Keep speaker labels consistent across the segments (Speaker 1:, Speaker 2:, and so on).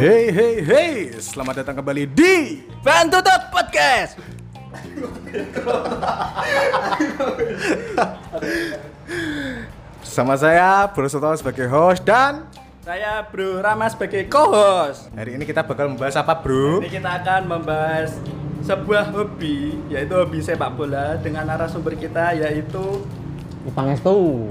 Speaker 1: Hey hey hey, selamat datang kembali di
Speaker 2: Fan Tutup Podcast.
Speaker 1: sama saya Bro Soto sebagai host dan
Speaker 2: Saya Bro Rama sebagai co-host.
Speaker 1: hari ini kita bakal membahas apa Bro?
Speaker 2: Ini kita akan membahas sebuah hobi, yaitu hobi sepak bola dengan narasumber kita yaitu
Speaker 3: Ipang Estu.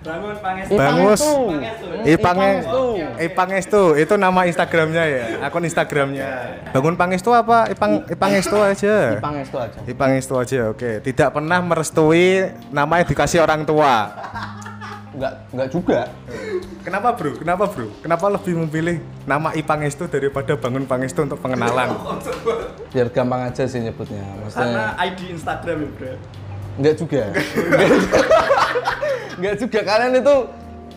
Speaker 2: Bangun Pangestu.
Speaker 3: Ipang
Speaker 1: Bangus,
Speaker 3: Estu.
Speaker 1: Ipang
Speaker 3: Ipang Estu.
Speaker 1: Ipang Estu, itu nama Instagramnya ya, akun Instagramnya. Bangun Pangestu apa? Ipang Ipang Estu aja.
Speaker 3: Ipang Estu aja.
Speaker 1: Ipang Estu aja, oke. Tidak pernah merestui nama yang dikasih orang tua.
Speaker 3: Enggak enggak juga.
Speaker 1: Kenapa bro? Kenapa bro? Kenapa lebih memilih nama Ipang Estu daripada Bangun Pangestu untuk pengenalan?
Speaker 3: Biar gampang aja sih nyebutnya.
Speaker 2: Sama
Speaker 3: Maksudnya
Speaker 2: ID Instagram ya bro.
Speaker 3: enggak juga. Enggak juga. Enggak juga kalian itu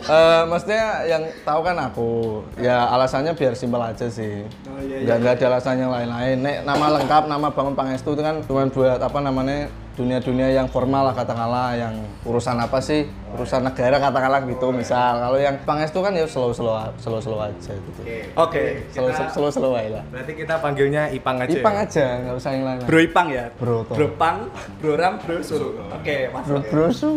Speaker 3: eh maksudnya yang tahu kan aku. Ya alasannya biar simpel aja sih.
Speaker 2: Oh, iya,
Speaker 3: Enggak enggak ada alasan yang lain-lain. Nek nama lengkap, nama Bangun Pangestu itu kan cuman buat apa namanya? dunia-dunia yang formal lah katakanlah yang urusan apa sih urusan negara katakanlah gitu misal kalau yang pangestu kan ya slow slow slow slow aja gitu
Speaker 2: Oke.
Speaker 3: Slow, slow, slow aja lah.
Speaker 1: Berarti kita panggilnya Ipang aja.
Speaker 3: Ipang
Speaker 1: ya?
Speaker 3: aja, nggak usah yang lain.
Speaker 2: Bro Ipang ya.
Speaker 3: Bro, toh.
Speaker 2: Bro Pang, Bro Ram, Bro Suru. Oke,
Speaker 3: bro,
Speaker 2: masuk.
Speaker 3: bro, su.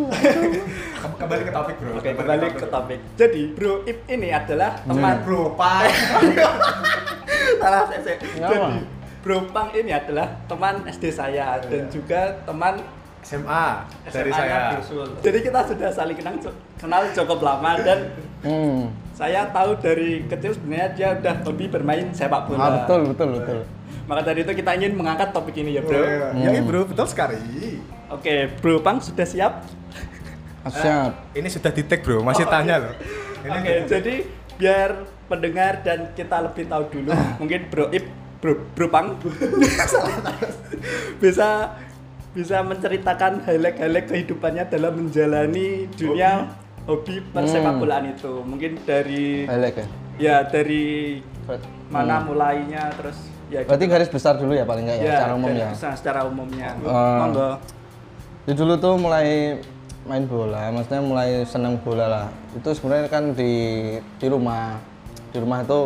Speaker 1: Kembali ke topik bro.
Speaker 2: Oke, kembali ke topik. Jadi, Bro Ip ini adalah teman
Speaker 1: Bro, Pak.
Speaker 2: Salah saya. saya.
Speaker 3: Nggak
Speaker 2: Jadi,
Speaker 3: apa.
Speaker 2: Bro Pang ini adalah teman SD saya dan juga teman
Speaker 1: SMA dari
Speaker 2: SMA-nya
Speaker 1: saya. Iya,
Speaker 2: Brusul. Jadi kita sudah saling kenal, kenal cukup lama dan
Speaker 3: Hmm.
Speaker 2: saya tahu dari kecil sebenarnya dia udah hobi bermain sepak bola.
Speaker 3: Ah, betul, betul, betul.
Speaker 2: Maka dari itu kita ingin mengangkat topik ini ya
Speaker 1: Bro,
Speaker 2: bro.
Speaker 1: ya iya, bro, betul sekali.
Speaker 2: Oke, bro Pang sudah siap?
Speaker 3: Siap.
Speaker 1: Ini sudah di tag bro, masih tanya loh.
Speaker 2: Oke, jadi biar pendengar dan kita lebih tahu dulu, mungkin bro Ip, bro, bro Pang bisa bisa menceritakan highlight-highlight kehidupannya dalam menjalani dunia hobi persepak bolaan itu. Mungkin dari
Speaker 3: Elek ya.
Speaker 2: ya dari
Speaker 3: Ber-
Speaker 2: mana mulainya terus ya
Speaker 3: Hmm. Berarti garis besar dulu ya paling nggak ya, secara umum
Speaker 2: dari
Speaker 3: ya.
Speaker 2: pesan secara umumnya
Speaker 3: Eh.
Speaker 2: monggo
Speaker 3: Jadi dulu tuh mulai main bola, maksudnya mulai seneng bola lah. Itu sebenarnya kan di di rumah, di rumah itu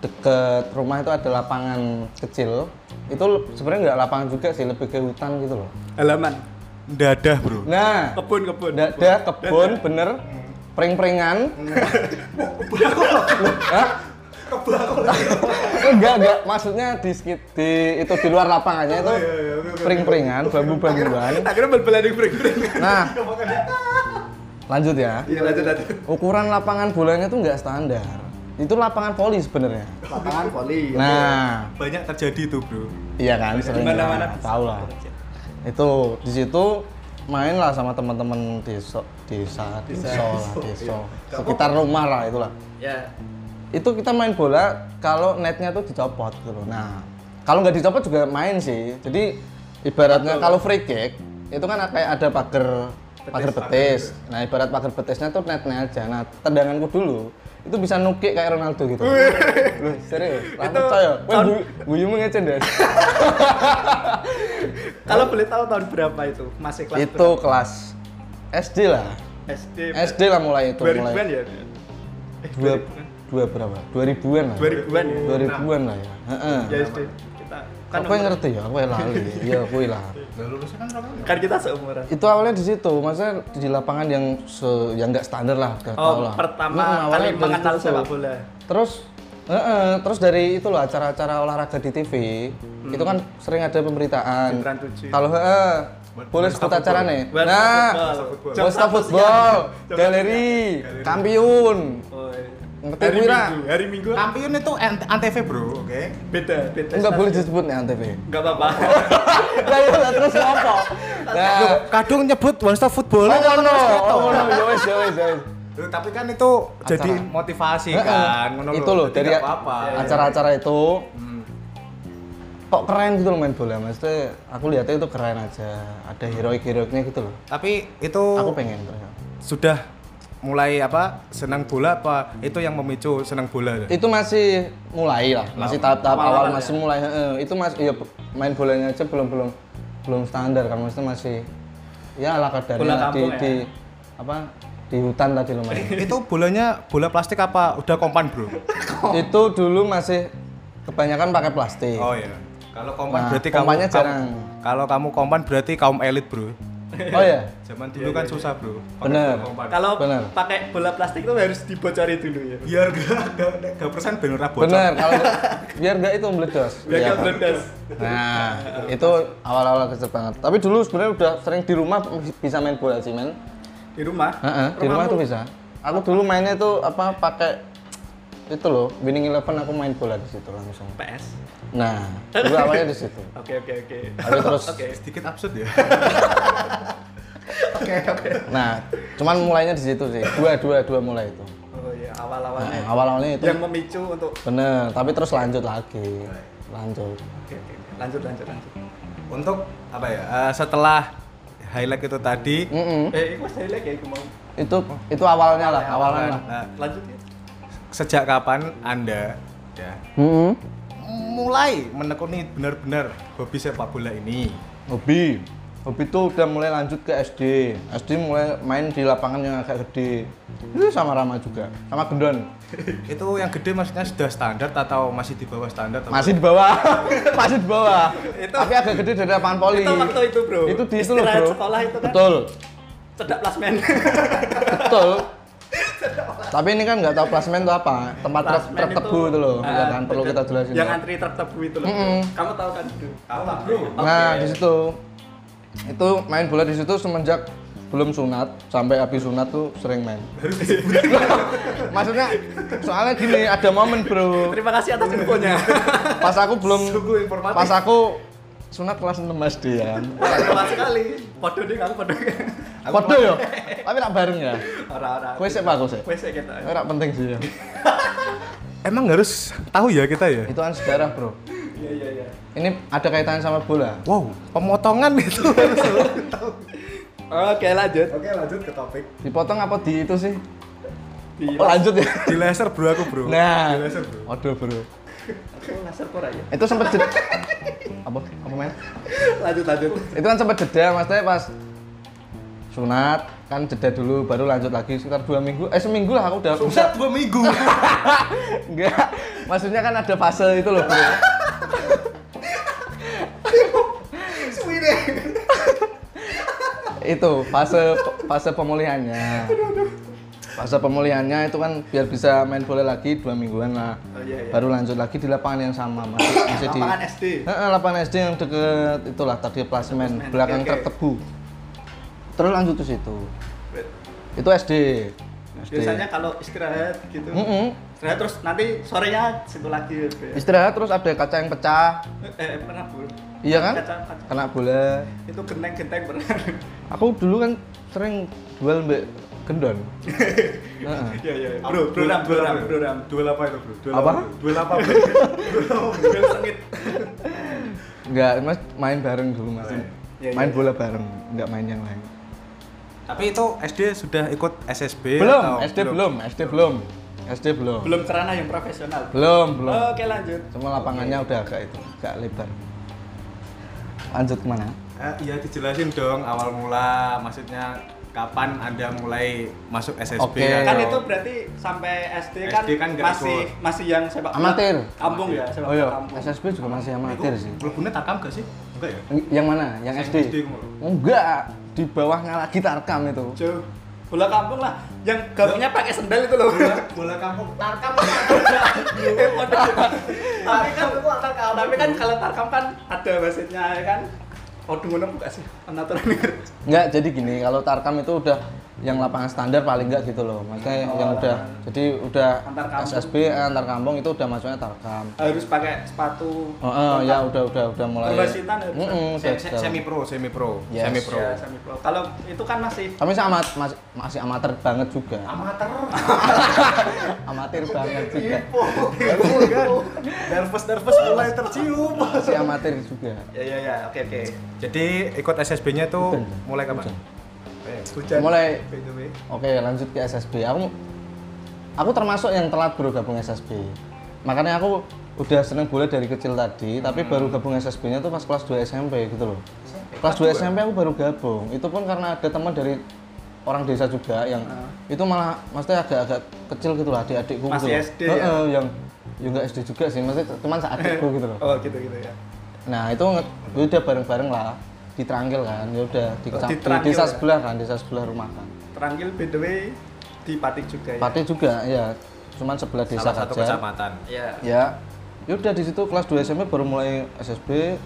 Speaker 3: deket rumah itu ada lapangan kecil. Itu sebenarnya nggak lapangan juga sih, lebih ke hutan gitu loh.
Speaker 2: halaman
Speaker 1: Dadah bro.
Speaker 3: Nah,
Speaker 2: kebun kebun
Speaker 3: Dadah, kebun, bener, pring-pringan. Hah? enggak enggak maksudnya di sekit di itu di luar lapangannya
Speaker 2: Oh, iya,
Speaker 3: itu pring-pringan bambu-bambuan
Speaker 2: akhirnya berbelanja break break
Speaker 3: nah lanjut ya
Speaker 2: iya lanjut lanjut
Speaker 3: ukuran lapangan bolanya tuh enggak standar itu lapangan voli sebenarnya
Speaker 2: lapangan iya. voli
Speaker 3: nah
Speaker 1: Banyak terjadi itu bro.
Speaker 3: iya kan
Speaker 2: di
Speaker 3: sering
Speaker 2: mana mana
Speaker 3: lah, tahu lah itu di situ main lah sama teman-teman desa desa desa Iya. lah desa sekitar rumah lah itulah
Speaker 2: ya
Speaker 3: itu kita main bola kalau netnya tuh dicopot gitu loh. Nah, kalau nggak dicopot juga main sih. Jadi ibaratnya kalau free kick itu kan kayak ada pagar pagar betis. Nah, ibarat pagar betisnya tuh netnya aja. Nah, tendanganku dulu itu bisa nukik kayak Ronaldo gitu. Loh, serius. Itu percaya. Wah, guyu guyu mengecen deh.
Speaker 2: kalau boleh tahu tahun berapa itu masih kelas
Speaker 3: itu kelas SD lah.
Speaker 2: berapa? SD
Speaker 3: SD lah mulai itu
Speaker 2: 2000-an
Speaker 3: mulai.
Speaker 2: ya
Speaker 3: Dua, dua berapa? 2000-an lah.
Speaker 2: 2000-an ya
Speaker 3: 2000-an lah ya. Heeh.
Speaker 2: ya SD kita kan
Speaker 3: Kan aku yang ngerti ya, aku yang lali. Iya, aku yang lali.
Speaker 2: kan kita seumuran
Speaker 3: Itu awalnya di situ, maksudnya di lapangan yang se yang nggak standar lah, nggak tahu
Speaker 2: oh
Speaker 3: lah. Mm,
Speaker 2: pertama
Speaker 3: awalnya
Speaker 2: kali
Speaker 3: dari
Speaker 2: mengenal
Speaker 3: situ.
Speaker 2: sepak bola
Speaker 3: Terus eh, eh, terus dari itu loh acara-acara olahraga di TV, itu kan sering ada pemberitaan.
Speaker 2: Trans 7.
Speaker 3: Kalau heeh, boleh sebut acara nih.
Speaker 2: World
Speaker 3: Nah,
Speaker 2: Football. Jam
Speaker 3: Bosta
Speaker 2: satu
Speaker 3: Football, Galeri, Kampiun.
Speaker 2: Oh, iya.
Speaker 3: Ngerti
Speaker 2: hari
Speaker 3: kira?
Speaker 2: minggu hari minggu
Speaker 1: Kampiun itu Ant- antv bro, oke?
Speaker 2: beda beda
Speaker 3: Enggak boleh disebut nih Antv.
Speaker 2: nggak apa-apa
Speaker 3: Lah iya, lah, terus ngopo?
Speaker 1: Ya.
Speaker 3: Nah,
Speaker 1: Kadung nyebut One Stop Football.
Speaker 3: Oh, ngono, oh, ngono, ya wes, ya wes, ya wes.
Speaker 1: Loh, tapi kan itu jadi motivasi kan. ngono
Speaker 3: Itu loh,
Speaker 1: Jadi
Speaker 3: dari
Speaker 1: nggak apa-apa.
Speaker 3: acara-acara itu kok keren gitu loh main bola, maksudnya aku lihatnya itu keren aja, ada heroik-heroiknya gitu loh.
Speaker 1: Tapi itu
Speaker 3: Aku pengen ternyata.
Speaker 1: sudah mulai apa senang bola apa itu yang memicu senang bola
Speaker 3: Itu masih mulai lah, masih tahap-tahap
Speaker 2: Awal-awal
Speaker 3: awal
Speaker 2: ya?
Speaker 3: masih mulai. heeh. Itu masih ya main bolanya aja belum belum belum standar kan, maksudnya masih ya ala kadarnya
Speaker 2: Bola
Speaker 3: di,
Speaker 2: kampung ya?
Speaker 3: di apa di di hutan tadi lumayan.
Speaker 1: itu bolanya bola plastik apa udah kompan bro
Speaker 3: itu dulu masih kebanyakan pakai plastik.
Speaker 1: oh iya kalau kompan
Speaker 3: Nah,
Speaker 1: berarti
Speaker 3: kompannya
Speaker 1: kamu, kamu-
Speaker 3: jarang.
Speaker 1: kalau kamu kompan berarti kaum elit bro
Speaker 3: Oh iya.
Speaker 1: zaman dulu kan susah bro pakai
Speaker 3: Bener.
Speaker 1: bola kompan.
Speaker 2: Kalau
Speaker 3: Benar.
Speaker 2: pakai bola plastik itu harus dibocori dulu ya.
Speaker 1: biar gak gak, gak persen bener ra bocor.
Speaker 3: Bener, kalau biar nggak itu meledos.
Speaker 2: Biar
Speaker 3: Iya.
Speaker 2: nggak meledas.
Speaker 3: Nah, itu awal-awal kecil banget. Tapi dulu sebenarnya udah sering di rumah bisa main bola sih, men.
Speaker 2: Di rumah.
Speaker 3: Heeh, di rumah tuh bisa. Aku dulu mainnya tuh apa pakai itu loh, Winning Eleven aku main bola di situ langsung.
Speaker 2: PS.
Speaker 3: Nah, dulu awalnya di situ.
Speaker 2: Oke oke oke.
Speaker 3: Tapi terus
Speaker 2: Oke.
Speaker 1: sedikit absurd ya
Speaker 2: Oke oke.
Speaker 3: nah, cuman mulainya di situ sih. Dua dua dua mulai itu.
Speaker 2: Oh iya,
Speaker 3: Nah,
Speaker 2: awal-awalnya
Speaker 3: awal-awalnya itu
Speaker 2: yang memicu untuk
Speaker 3: bener, tapi terus lanjut lagi. Lanjut.
Speaker 2: Oke, oke. lanjut lanjut lanjut.
Speaker 1: untuk apa ya eh, setelah highlight itu tadi
Speaker 3: Mm-mm.
Speaker 2: Eh, itu saya lagi aku mau.
Speaker 3: Itu itu awalnya lah, awalnya lah.
Speaker 1: nah,
Speaker 2: Lanjut ya.
Speaker 1: sejak kapan anda ya
Speaker 3: Mm-mm.
Speaker 1: mulai menekuni benar-benar hobi sepak bola ini
Speaker 3: Hobi. Hobi itu udah mulai lanjut ke SD. SD mulai main di lapangan yang agak gede. Itu sama Rama juga, sama Gendon.
Speaker 1: itu yang gede maksudnya sudah standar atau masih di bawah standar atau-
Speaker 3: Masih di bawah. Masih di bawah. Tapi agak gede dari lapangan poli.
Speaker 2: Itu waktu itu, Bro.
Speaker 3: Itu di itu loh,
Speaker 2: Istirahat
Speaker 3: Bro.
Speaker 2: sekolah itu kan.
Speaker 3: Betul.
Speaker 2: Cedak plasmen.
Speaker 3: Betul. Tapi ini kan nggak tahu plasmen itu apa. Tempat truk,
Speaker 2: Plasmen
Speaker 3: truk tebu itu loh.
Speaker 2: ah,
Speaker 3: Ya kan perlu kita jelasin.
Speaker 2: Yang
Speaker 3: ya.
Speaker 2: antri truk tebu itu loh.
Speaker 3: Mm-mm.
Speaker 2: Kamu tahu kan, Bro? Tahu lah, Bro.
Speaker 3: Nah, di situ itu main bola di situ semenjak belum sunat sampai habis sunat tuh sering main. Maksudnya soalnya gini ada momen bro.
Speaker 2: Terima kasih atas infonya.
Speaker 3: Pas aku belum
Speaker 1: Sungguh informatif.
Speaker 3: pas aku sunat kelas 6 SD ya kan.
Speaker 2: Terima sekali. Podo deh kamu podo.
Speaker 3: Kode yo. Tapi tak bareng ya.
Speaker 2: Ora-ora.
Speaker 3: Kowe sik Pak, kowe sik.
Speaker 2: Wes ya, kita.
Speaker 3: Kowe rak penting sih ya.
Speaker 1: emang harus tahu ya kita ya
Speaker 3: Itu kan sejarah bro.
Speaker 2: Iya iya iya.
Speaker 3: Ini ada kaitannya sama bola.
Speaker 1: wow pemotongan itu harus tahu
Speaker 2: Oke, lanjut.
Speaker 1: oke lanjut ke topik
Speaker 3: Dipotong apa di itu sih?
Speaker 2: Di
Speaker 3: Oh, lanjut ya.
Speaker 1: di laser bro aku bro
Speaker 3: Nah.
Speaker 1: di laser bro
Speaker 3: Aduh bro.
Speaker 2: aku ngasar kok ya.
Speaker 3: Itu sempet jed- apa apa men?
Speaker 2: Lanjut lanjut.
Speaker 3: itu kan sempat jeda maksudnya pas sunat kan jeda dulu baru lanjut lagi sekitar dua minggu eh seminggu lah aku udah
Speaker 1: sudah dua minggu
Speaker 3: enggak maksudnya kan ada fase itu loh bro
Speaker 2: Suwi deh.
Speaker 3: itu fase fase pemulihannya fase pemulihannya itu kan biar bisa main bola lagi dua mingguan lah
Speaker 2: Oh, iya, iya.
Speaker 3: baru lanjut lagi di lapangan yang sama masih, masih di
Speaker 2: Lapangan SD.
Speaker 3: Heeh, lapangan SD yang deket itulah tadi plasmen
Speaker 2: Plasmen,
Speaker 3: belakang
Speaker 2: oke,
Speaker 3: truk
Speaker 2: oke.
Speaker 3: tebu terus lanjut ke situ itu SD SD.
Speaker 2: Biasanya kalau istirahat gitu.
Speaker 3: Mm-mm.
Speaker 2: Istirahat terus nanti sorenya situ lagi. Bro.
Speaker 3: istirahat terus ada kaca yang pecah
Speaker 2: Eh, pernah bu?
Speaker 3: iya kan
Speaker 2: Kaca, kaca.
Speaker 3: kena bola
Speaker 2: Itu genteng-genteng pernah.
Speaker 3: aku dulu kan sering duel mbak gendon Heeh.
Speaker 2: Iya iya. Bro, bro ram, bro ram, bro ram.
Speaker 1: duel apa itu bro duel
Speaker 3: Apa?
Speaker 1: bro? duel apa bro
Speaker 2: Bro sengit.
Speaker 3: nggak mas main bareng dulu mas
Speaker 2: Iya,
Speaker 3: main
Speaker 2: iya.
Speaker 3: bola bareng nggak main yang lain
Speaker 1: tapi itu SD sudah ikut SSB atau
Speaker 3: belum SD belum SD belum SD belum
Speaker 2: Iya, Belum kerana yang profesional.
Speaker 3: belum belum
Speaker 2: Oke lanjut.
Speaker 3: cuma lapangannya udah agak itu agak lebar lanjut kemana
Speaker 1: Eh, iya dijelasin dong awal mula maksudnya kapan anda mulai masuk SSB
Speaker 3: Oke.
Speaker 2: Kan
Speaker 1: atau-
Speaker 2: itu berarti sampai SD,
Speaker 1: SD
Speaker 2: kan,
Speaker 1: kan nggak
Speaker 2: masih
Speaker 1: ikut.
Speaker 2: masih yang sepak bola
Speaker 3: Amatir.
Speaker 2: Kampung ya, sepak
Speaker 3: oh
Speaker 2: bola
Speaker 3: iya
Speaker 2: kampung.
Speaker 3: SSB juga masih amatir sih
Speaker 1: Mlebunya takam gak sih? Enggak ya?
Speaker 3: yang mana yang
Speaker 1: Yang SD
Speaker 3: SD
Speaker 1: kemarin.
Speaker 3: enggak di bawahnya lagi tarkam itu
Speaker 2: Jauh. Bola kampung lah yang gabungnya pakai sendal itu loh.
Speaker 1: Bola, bola kampung tarkam
Speaker 2: Eh, waduh. tapi kan tapi kan kalau tarkam kan ada wasitnya ya kan waduh ngono buka sih pengaturan
Speaker 3: Enggak, jadi gini, kalau Tarkam itu udah yang lapangan standar paling enggak gitu loh. Maksudnya yang udah jadi udah
Speaker 2: Antar kampung.
Speaker 3: SSB antar kampung itu udah masuknya Tarkam.
Speaker 2: harus pakai sepatu
Speaker 3: Oh, eh, ya udah udah udah mulai.
Speaker 2: Perwasitan harus.
Speaker 3: Mm-mm, udah- udah.
Speaker 1: Semi pro, semi pro,
Speaker 3: Yes.
Speaker 1: semi pro.
Speaker 2: ya, semi pro. Kalau itu kan masih
Speaker 3: Tapi saya amat, mas- masih amatir banget juga.
Speaker 1: Amater.
Speaker 3: amatir banget juga.
Speaker 1: Aku kan nervous nervous mulai tercium.
Speaker 3: Masih amatir juga.
Speaker 2: ya ya ya oke oke
Speaker 1: Jadi ikut SSB-nya tuh
Speaker 3: Hujan.
Speaker 1: mulai kapan?
Speaker 3: Hujan.
Speaker 1: Eh,
Speaker 2: hujan
Speaker 3: Mulai
Speaker 2: by the way
Speaker 3: Oke, lanjut ke SSB. Aku aku termasuk yang telat bro gabung SSB. Makanya aku udah seneng bola dari kecil tadi, tapi
Speaker 2: Hmm.
Speaker 3: baru gabung SSB-nya tuh pas
Speaker 2: ya?
Speaker 3: kelas 2 SMP gitu loh. Kelas 2 SMP aku baru gabung. Itu pun karena ada teman dari orang desa juga yang itu malah maksudnya agak-agak kecil gitu lah adik-adikku
Speaker 2: Ah. Masih
Speaker 3: gitu loh.
Speaker 2: SD ya?
Speaker 3: Heeh, yang ya nggak SD juga sih maksudnya cuman seadikku gitu loh
Speaker 2: Oh gitu gitu ya.
Speaker 3: nah itu nge- udah bareng-bareng lah di Terangkil kan ya udah
Speaker 2: Oh,
Speaker 3: di, kecam-
Speaker 2: di
Speaker 3: di
Speaker 2: Terangkil
Speaker 3: desa
Speaker 2: ya?
Speaker 3: sebelah kan desa sebelah rumah kan
Speaker 2: Terangkil by the way di Patik juga ya.
Speaker 3: Pati juga ya cuman sebelah desa
Speaker 1: salah satu
Speaker 3: aja
Speaker 1: kecamatan.
Speaker 2: Iya.
Speaker 3: ya yaudah di situ kelas 2 SMP E baru mulai SSB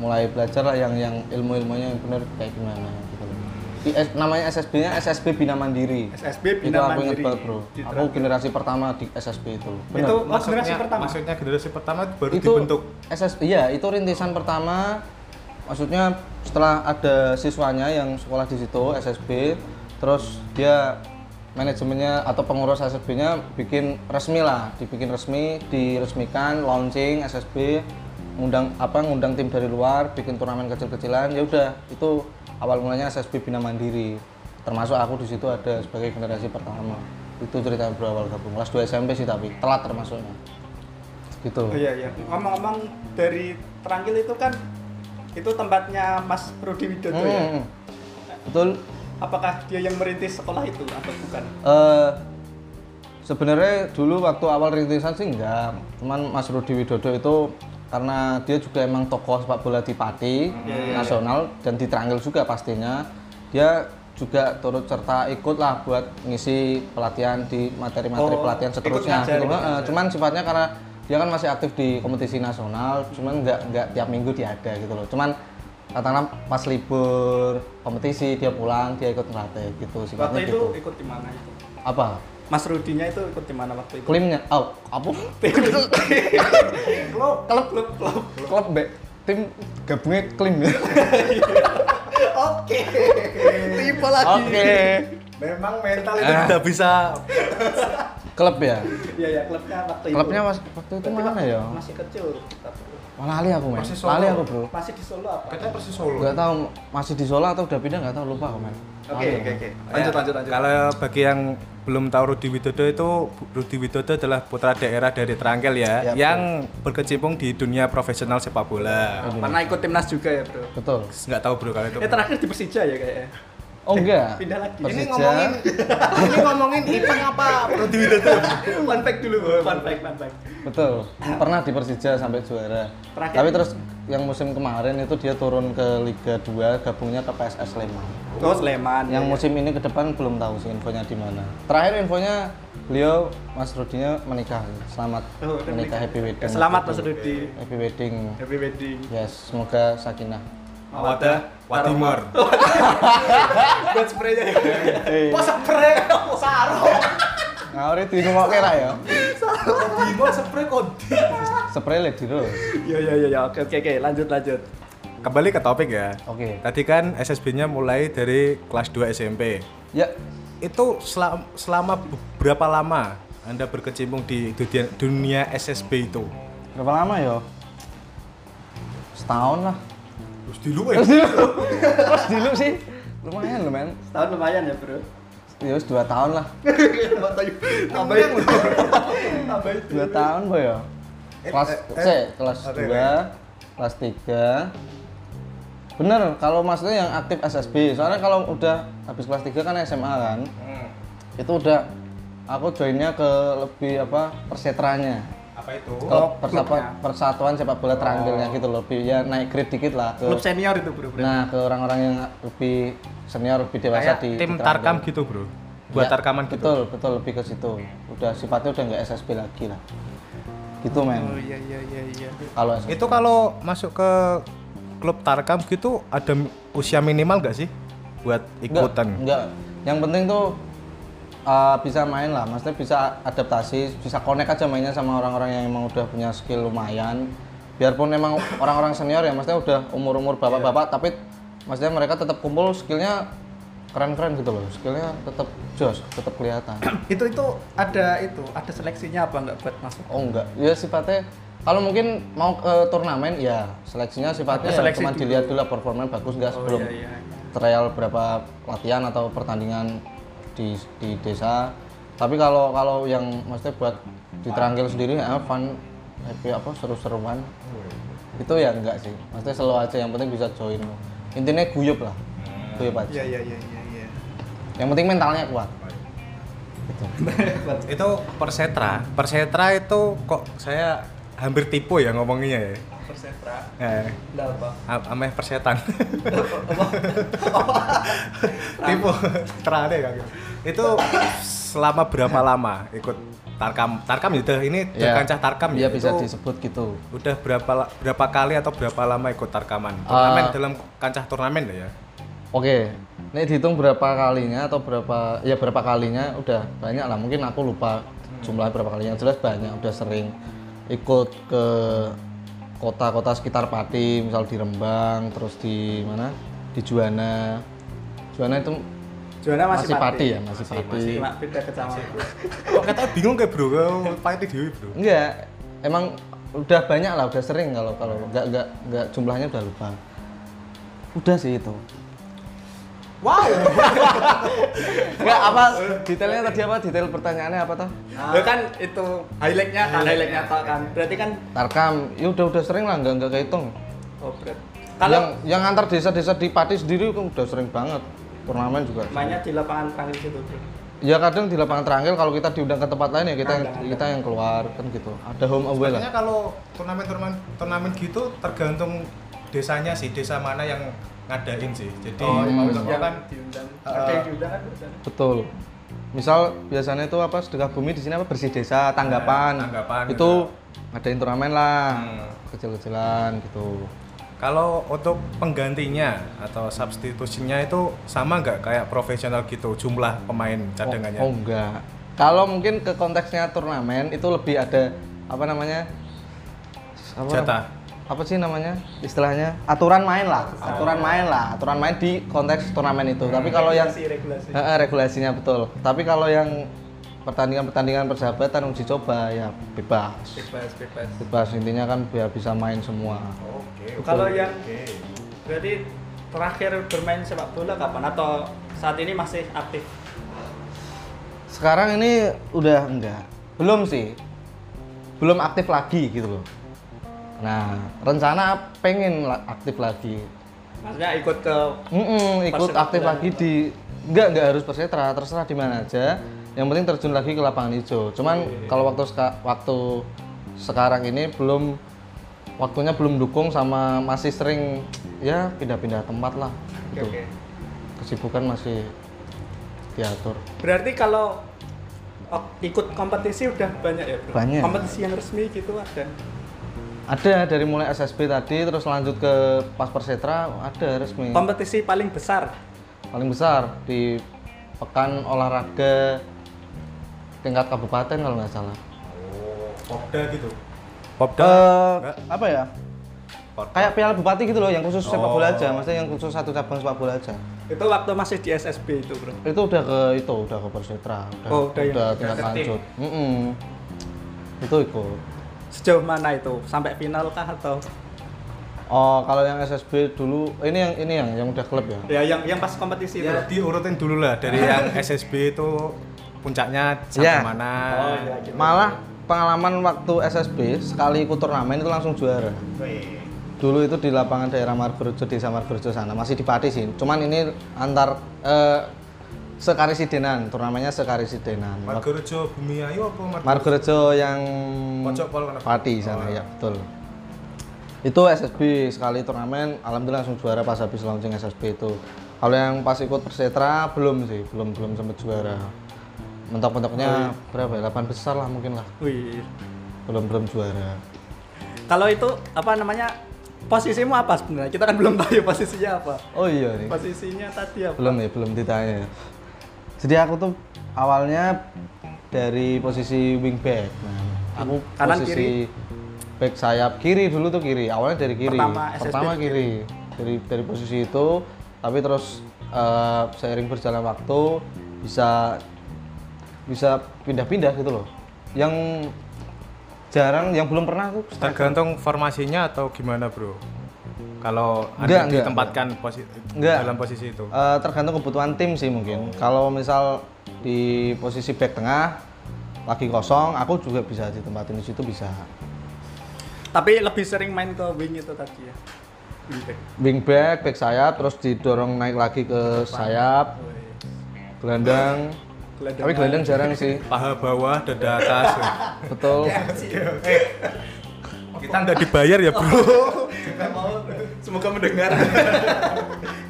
Speaker 3: mulai belajar lah yang yang ilmu ilmunya yang benar kayak gimana gitu loh IS namanya SSB nya SSB Bina Mandiri
Speaker 2: SSB
Speaker 3: itu
Speaker 2: Bina
Speaker 3: aku inget
Speaker 2: Mandiri
Speaker 3: banget bro
Speaker 2: di
Speaker 3: aku generasi pertama di SSB itu Bener.
Speaker 2: Itu oh, generasi pertama.
Speaker 1: Maksudnya generasi pertama baru
Speaker 3: itu
Speaker 1: dibentuk.
Speaker 3: SSB iya itu rintisan pertama maksudnya setelah ada siswanya yang sekolah di situ SSB terus dia manajemennya atau pengurus SSB-nya bikin resmi lah dibikin resmi diresmikan launching SSB ngundang apa ngundang tim dari luar bikin turnamen kecil-kecilan ya udah itu awal mulanya SSB Bina Mandiri termasuk aku di situ ada sebagai generasi pertama itu cerita yang berawal gabung kelas 2 SMP sih tapi telat termasuknya gitu
Speaker 2: Oh iya iya. Ngomong-ngomong dari Terangkil itu kan itu tempatnya Mas Rudi Widodo ya.
Speaker 3: Hmm, Betul.
Speaker 2: Apakah dia yang merintis sekolah itu atau bukan?
Speaker 3: Eh, Sebenarnya dulu waktu awal rintisan sih enggak, cuman Mas Rudi Widodo itu karena dia juga emang tokoh sepak bola di
Speaker 2: Iya,
Speaker 3: Pati nasional dan di Trangil juga pastinya. Dia juga turut serta ikut lah buat ngisi pelatihan di materi-materi
Speaker 2: Oh,
Speaker 3: pelatihan
Speaker 2: ikut
Speaker 3: seterusnya
Speaker 2: ngajar,
Speaker 3: gitu.
Speaker 2: ikut
Speaker 3: Heeh, cuman sifatnya karena dia kan masih aktif di kompetisi nasional, cuman nggak nggak tiap minggu dia ada gitu loh. Cuman katakanlah pas libur kompetisi dia pulang dia ikut ngelatih gitu sifatnya
Speaker 2: Waktu
Speaker 3: gitu.
Speaker 2: itu ikut di mana itu?
Speaker 3: Apa?
Speaker 2: Mas Rudinya itu ikut di mana waktu itu?
Speaker 3: Klaimnya, oh, apa?
Speaker 2: Klub, klub, klub, klub.
Speaker 3: Klub B, tim gabungnya klaim ya.
Speaker 2: Oke. Tipe lagi.
Speaker 3: Oke, Ah.
Speaker 1: Memang mental itu tidak bisa.
Speaker 3: klub ya.
Speaker 2: Iya ya, klubnya waktu itu.
Speaker 3: Klubnya mas, waktu itu
Speaker 2: Berarti
Speaker 3: mana
Speaker 2: waktu
Speaker 3: ya?
Speaker 2: Masih kecil.
Speaker 3: Oh, lali aku men,
Speaker 1: Persis Solo.
Speaker 3: lali aku bro.
Speaker 2: Masih di Solo apa?
Speaker 1: Katanya persis Solo.
Speaker 3: Gak tahu masih di Solo atau udah pindah gak tahu lupa aku men.
Speaker 2: Oke,
Speaker 3: Lali
Speaker 2: oke,
Speaker 3: aku.
Speaker 2: oke. Lanjut,
Speaker 1: Ya,
Speaker 2: lanjut, lanjut.
Speaker 1: Kalau bagi yang belum tahu Rudi Widodo itu Rudi Widodo adalah putra daerah dari Terangkel ya,
Speaker 3: Yap.
Speaker 1: yang berkecimpung di dunia profesional sepak bola.
Speaker 2: Pernah ikut timnas juga ya, Bro?
Speaker 3: Betul.
Speaker 1: Nggak tahu bro kalau itu.
Speaker 2: Eh terakhir di Persija ya kayaknya.
Speaker 3: Oh enggak.
Speaker 2: pindah lagi. Ini
Speaker 3: Persija.
Speaker 1: ini ngomongin Ipang apa Rudi Widodo?
Speaker 2: Fun fact dulu, fun fact, fun fact.
Speaker 3: Betul. Pernah di Persija sampai juara.
Speaker 2: Terakhir.
Speaker 3: Tapi terus yang musim kemarin itu dia turun ke Liga 2 gabungnya ke PSS Sleman.
Speaker 2: Terus Oh, Sleman. Iya.
Speaker 3: Yang musim ini ke depan belum tahu sih infonya di mana. Terakhir infonya beliau Mas Rudinya menikah. Selamat
Speaker 2: Oh, udah
Speaker 3: menikah happy
Speaker 2: Ya,
Speaker 3: wedding.
Speaker 2: selamat Mas Rudi.
Speaker 3: Happy wedding.
Speaker 2: Happy wedding.
Speaker 3: Yes, semoga sakinah.
Speaker 1: Wadah, Watimor.
Speaker 2: Buat spraynya ya. Kok spray? Sarung.
Speaker 3: Ngawur itu ngomokke ra ya.
Speaker 1: Watimor spray kondi.
Speaker 3: Spray Lady Rose.
Speaker 2: Iya, iya, iya, ya. oke, oke, oke, lanjut, lanjut.
Speaker 1: Kembali ke topik ya.
Speaker 3: Oke.
Speaker 1: Tadi kan SSB-nya mulai dari kelas 2 SMP.
Speaker 3: Ya,
Speaker 1: Itu selam- selama berapa lama Anda berkecimpung di dunia, dunia SSB itu?
Speaker 3: berapa lama ya? Setahun lah.
Speaker 1: Terus di lu
Speaker 3: Terus dulu. Terus dulu sih. Lumayan loh, men.
Speaker 2: Setahun lumayan ya, Bro.
Speaker 3: Ya wis 2 tahun lah.
Speaker 2: Mbak Tayu, tambahin. Tambahin.
Speaker 3: 2 tahun, Boy ya.
Speaker 2: Eh,
Speaker 3: Kelas C, kelas 2, kelas 3. Bener, kalau maksudnya yang aktif SSB. Soalnya kalau udah habis kelas 3 kan SMA kan.
Speaker 2: Hmm.
Speaker 3: Itu udah aku joinnya ke lebih apa? Persetranya.
Speaker 1: Apa itu?
Speaker 2: Oh,
Speaker 3: Kalau persatuan sepak bola terangkilnya gitu loh, lebih ya naik grade dikit lah ke
Speaker 2: Klub senior itu, Bro. bro.
Speaker 3: Nah, ke orang-orang yang lebih senior, lebih dewasa
Speaker 1: Kayak
Speaker 3: di
Speaker 1: tim
Speaker 3: di Terangkil.
Speaker 1: tarkam gitu, Bro. Buat
Speaker 3: Ya,
Speaker 1: tarkaman gitu.
Speaker 3: Betul, betul lebih ke situ. Udah sifatnya udah nggak SSB lagi lah. Gitu
Speaker 2: Oh
Speaker 3: men.
Speaker 2: iya, iya, iya, iya.
Speaker 3: Kalau SSB.
Speaker 1: Itu kalau masuk ke klub tarkam gitu ada mi- usia minimal nggak sih buat
Speaker 3: Nggak,
Speaker 1: ikutan?
Speaker 3: nggak. Yang penting tuh uh, bisa main lah, maksudnya bisa adaptasi, bisa connect aja mainnya sama orang-orang yang emang udah punya skill lumayan. Biarpun emang orang-orang senior ya, maksudnya udah umur-umur bapak-bapak,
Speaker 1: Iya.
Speaker 3: tapi maksudnya mereka tetap kumpul skillnya keren-keren gitu loh, skillnya tetap jos, tetap kelihatan.
Speaker 2: Itu itu ada itu, ada seleksinya apa nggak buat masuk?
Speaker 3: Oh enggak, ya sifatnya kalau mungkin mau ke turnamen ya seleksinya sifatnya
Speaker 2: Ada
Speaker 3: ya
Speaker 2: seleksi
Speaker 3: cuma
Speaker 2: dulu.
Speaker 3: dilihat dulu lah performa bagus enggak sebelum trial berapa latihan atau pertandingan di di desa. Tapi kalau kalau yang maksudnya buat di Terangkil sendiri ya fun happy apa seru-seruan itu ya enggak sih. Maksudnya selalu aja yang penting bisa join. Intinya guyup lah. Guyup aja.
Speaker 2: Iya, iya, iya, iya, iya.
Speaker 3: Yang penting mentalnya kuat.
Speaker 1: itu persetra persetra itu kok saya hampir tipu ya ngomonginnya ya
Speaker 2: Persetra.
Speaker 1: eh,
Speaker 2: Nggak apa.
Speaker 1: a- ameh persetan tipu terane kan itu selama berapa lama ikut tarkam tarkam itu ini
Speaker 3: Ya.
Speaker 1: kancah tarkam ya,
Speaker 3: Iya bisa
Speaker 1: itu
Speaker 3: disebut gitu.
Speaker 1: udah berapa la- berapa kali atau berapa lama ikut tarkaman
Speaker 3: Ah.
Speaker 1: turnamen dalam kancah turnamen lah ya
Speaker 3: Oke, ini dihitung berapa kalinya atau berapa ya berapa kalinya udah banyak lah. Mungkin aku lupa jumlah berapa kalinya. Jelas banyak, udah sering ikut ke kota-kota sekitar Pati, misal di Rembang, terus di mana? Di Juwana. Juwana itu
Speaker 2: Juana masih,
Speaker 3: masih, Pati ya, masih, Pati.
Speaker 2: Cuma beda kecamatan.
Speaker 1: kok katanya bingung kayak bro kamu pahit dewi bro
Speaker 3: Enggak, emang udah banyak lah, udah sering kalau kalau enggak enggak enggak jumlahnya udah lupa. Udah sih itu.
Speaker 2: Wow.
Speaker 3: Enggak apa detailnya tadi apa detail pertanyaannya apa toh?
Speaker 2: Lo kan itu highlightnya kan, highlightnya tau kan. Berarti kan
Speaker 3: Tarkam, ya udah udah sering lah, nggak nggak kehitung.
Speaker 2: oh berat. Kalau
Speaker 3: yang, yang antar desa-desa di Pati sendiri kan udah sering banget turnamen juga.
Speaker 2: mainnya di lapangan terakhir situ bro.
Speaker 3: Ya kadang di lapangan Trangkil kalau kita diundang ke tempat lain ya kita yang,
Speaker 2: Ada, ada.
Speaker 3: kita yang keluar kan gitu. Ada home away lah.
Speaker 1: Sebenarnya kalau turnamen turnamen turnamen gitu tergantung desanya sih, desa mana yang ngadain sih. Jadi
Speaker 2: Oh,
Speaker 1: kalau
Speaker 2: yang
Speaker 1: kan
Speaker 2: diundang.
Speaker 1: Eh,
Speaker 2: Ada yang diundang kan biasanya.
Speaker 3: Betul. Misal biasanya itu apa sedekah bumi di sini apa bersih desa tanggapan.
Speaker 1: Nah, tanggapan, gitu.
Speaker 3: itu ngadain turnamen lah
Speaker 1: Hmm.
Speaker 3: kecil-kecilan gitu.
Speaker 1: kalau untuk penggantinya atau substitusinya itu sama nggak kayak profesional gitu jumlah pemain cadangannya?
Speaker 3: Oh, oh enggak. Kalau mungkin ke konteksnya turnamen itu lebih ada apa namanya? Apa,
Speaker 1: Jatah.
Speaker 3: Apa sih namanya? Istilahnya aturan main lah,
Speaker 1: Ah.
Speaker 3: aturan main lah, aturan main di konteks turnamen itu.
Speaker 1: Hmm.
Speaker 3: Tapi kalau yang
Speaker 2: Regulasi, regulasi.
Speaker 3: Eh, eh, regulasinya betul. Tapi kalau yang pertandingan-pertandingan persahabatan uji coba ya bebas.
Speaker 2: Bebas, bebas. Oh.
Speaker 3: Bebas intinya kan biar bisa main semua.
Speaker 1: Oke.
Speaker 2: Kalau yang
Speaker 1: oke.
Speaker 2: berarti terakhir bermain sepak bola kapan atau saat ini masih aktif?
Speaker 3: Sekarang ini udah enggak. Belum sih. Belum aktif lagi gitu loh. Nah, rencana pengen la- aktif lagi.
Speaker 2: Maksudnya ikut ke
Speaker 3: Mm-mm, ikut
Speaker 2: Persepak
Speaker 3: aktif
Speaker 2: bola.
Speaker 3: lagi di enggak enggak harus persetra, terserah di mana aja. Yang penting terjun lagi ke lapangan hijau. Cuman kalau waktu seka- waktu sekarang ini belum waktunya belum dukung sama masih sering ya pindah-pindah tempat lah.
Speaker 2: Oke,
Speaker 3: Gitu.
Speaker 2: oke.
Speaker 3: Kesibukan masih diatur.
Speaker 2: Berarti kalau oh, ikut kompetisi udah banyak ya, Bro?
Speaker 3: Banyak.
Speaker 2: Kompetisi yang resmi gitu ada.
Speaker 3: Ada dari mulai SSB tadi terus lanjut ke pas persetra ada resmi.
Speaker 2: Kompetisi paling besar.
Speaker 3: Paling besar di pekan olahraga tingkat kabupaten kalau nggak salah.
Speaker 1: Oh, Popda gitu.
Speaker 3: Eh,
Speaker 1: Nggak.
Speaker 3: apa ya?
Speaker 1: Popda.
Speaker 3: Kayak piala bupati gitu loh yang khusus sepak
Speaker 1: Oh.
Speaker 3: bola aja, maksudnya yang khusus satu cabang sepak bola aja.
Speaker 2: Itu waktu masih di SSB itu, Bro.
Speaker 3: Itu udah ke itu, udah ke Persetra, udah,
Speaker 2: Oh, udah yang- udah
Speaker 3: tingkat
Speaker 2: ke tim.
Speaker 3: lanjut. Mm-mm. Itu ikut.
Speaker 2: Sejauh mana itu? Sampai final kah atau
Speaker 3: Oh, kalau yang SSB dulu, ini yang ini yang yang udah klub ya.
Speaker 2: ya yang yang pas kompetisi itu?
Speaker 1: Ya diurutin dulu lah dari yang SSB itu puncaknya sampai
Speaker 3: Ya.
Speaker 1: mana?
Speaker 2: Oh, ya, gitu.
Speaker 3: Malah pengalaman waktu SSB sekali ikut turnamen itu langsung juara.
Speaker 2: Wih.
Speaker 3: Dulu itu di lapangan daerah Margorejo, desa Margorejo sana, masih di Pati sih. Cuman ini antar eh, sekarisidenan, turnamennya sekarisidenan.
Speaker 1: Margorejo Bumi Ayu apa Margorejo?
Speaker 3: Margorejo yang
Speaker 1: Pojok pol kenapa?
Speaker 3: Pati sana ya betul. Itu SSB sekali turnamen, alhamdulillah langsung juara pas habis launching SSB itu. Kalau yang pas ikut Persetra belum sih, belum belum sempat juara. Mentok-mentoknya berapa ya? 8 besar lah mungkin lah.
Speaker 2: Wih.
Speaker 3: Belum belum juara.
Speaker 2: Kalau itu apa namanya? Posisimu apa sebenarnya? Kita kan belum tahu ya posisinya apa.
Speaker 3: Oh iya nih.
Speaker 2: Posisinya tadi apa?
Speaker 3: Belum ya, belum ditanya. ya. Jadi aku tuh awalnya dari posisi wingback. Nah, aku
Speaker 2: Kanan,
Speaker 3: posisi back sayap kiri dulu tuh kiri. Awalnya dari kiri.
Speaker 2: Pertama SSB
Speaker 3: Pertama kiri. Dari dari posisi itu, tapi terus eh, seiring berjalan waktu bisa bisa pindah-pindah gitu loh. Yang jarang yang belum pernah aku
Speaker 1: Tergantung formasinya atau gimana bro? Kalau
Speaker 3: Enggak,
Speaker 1: ada
Speaker 3: enggak,
Speaker 1: ditempatkan posi-
Speaker 3: Enggak.
Speaker 1: dalam posisi itu.
Speaker 3: Eh, tergantung kebutuhan tim sih mungkin.
Speaker 2: Oh.
Speaker 3: Kalau misal di posisi back tengah lagi kosong, aku juga bisa ditempatin di situ bisa.
Speaker 2: Tapi lebih sering main ke wing itu tadi ya. Wing back.
Speaker 3: Wing back, back sayap, terus didorong naik lagi ke sayap, gelandang.
Speaker 2: Gelandang.
Speaker 3: Tapi gelandang jarang sih.
Speaker 1: Paha bawah, dada atas.
Speaker 3: Betul.
Speaker 1: Kita nggak dibayar ya bro.
Speaker 2: Kita mau semoga mendengar.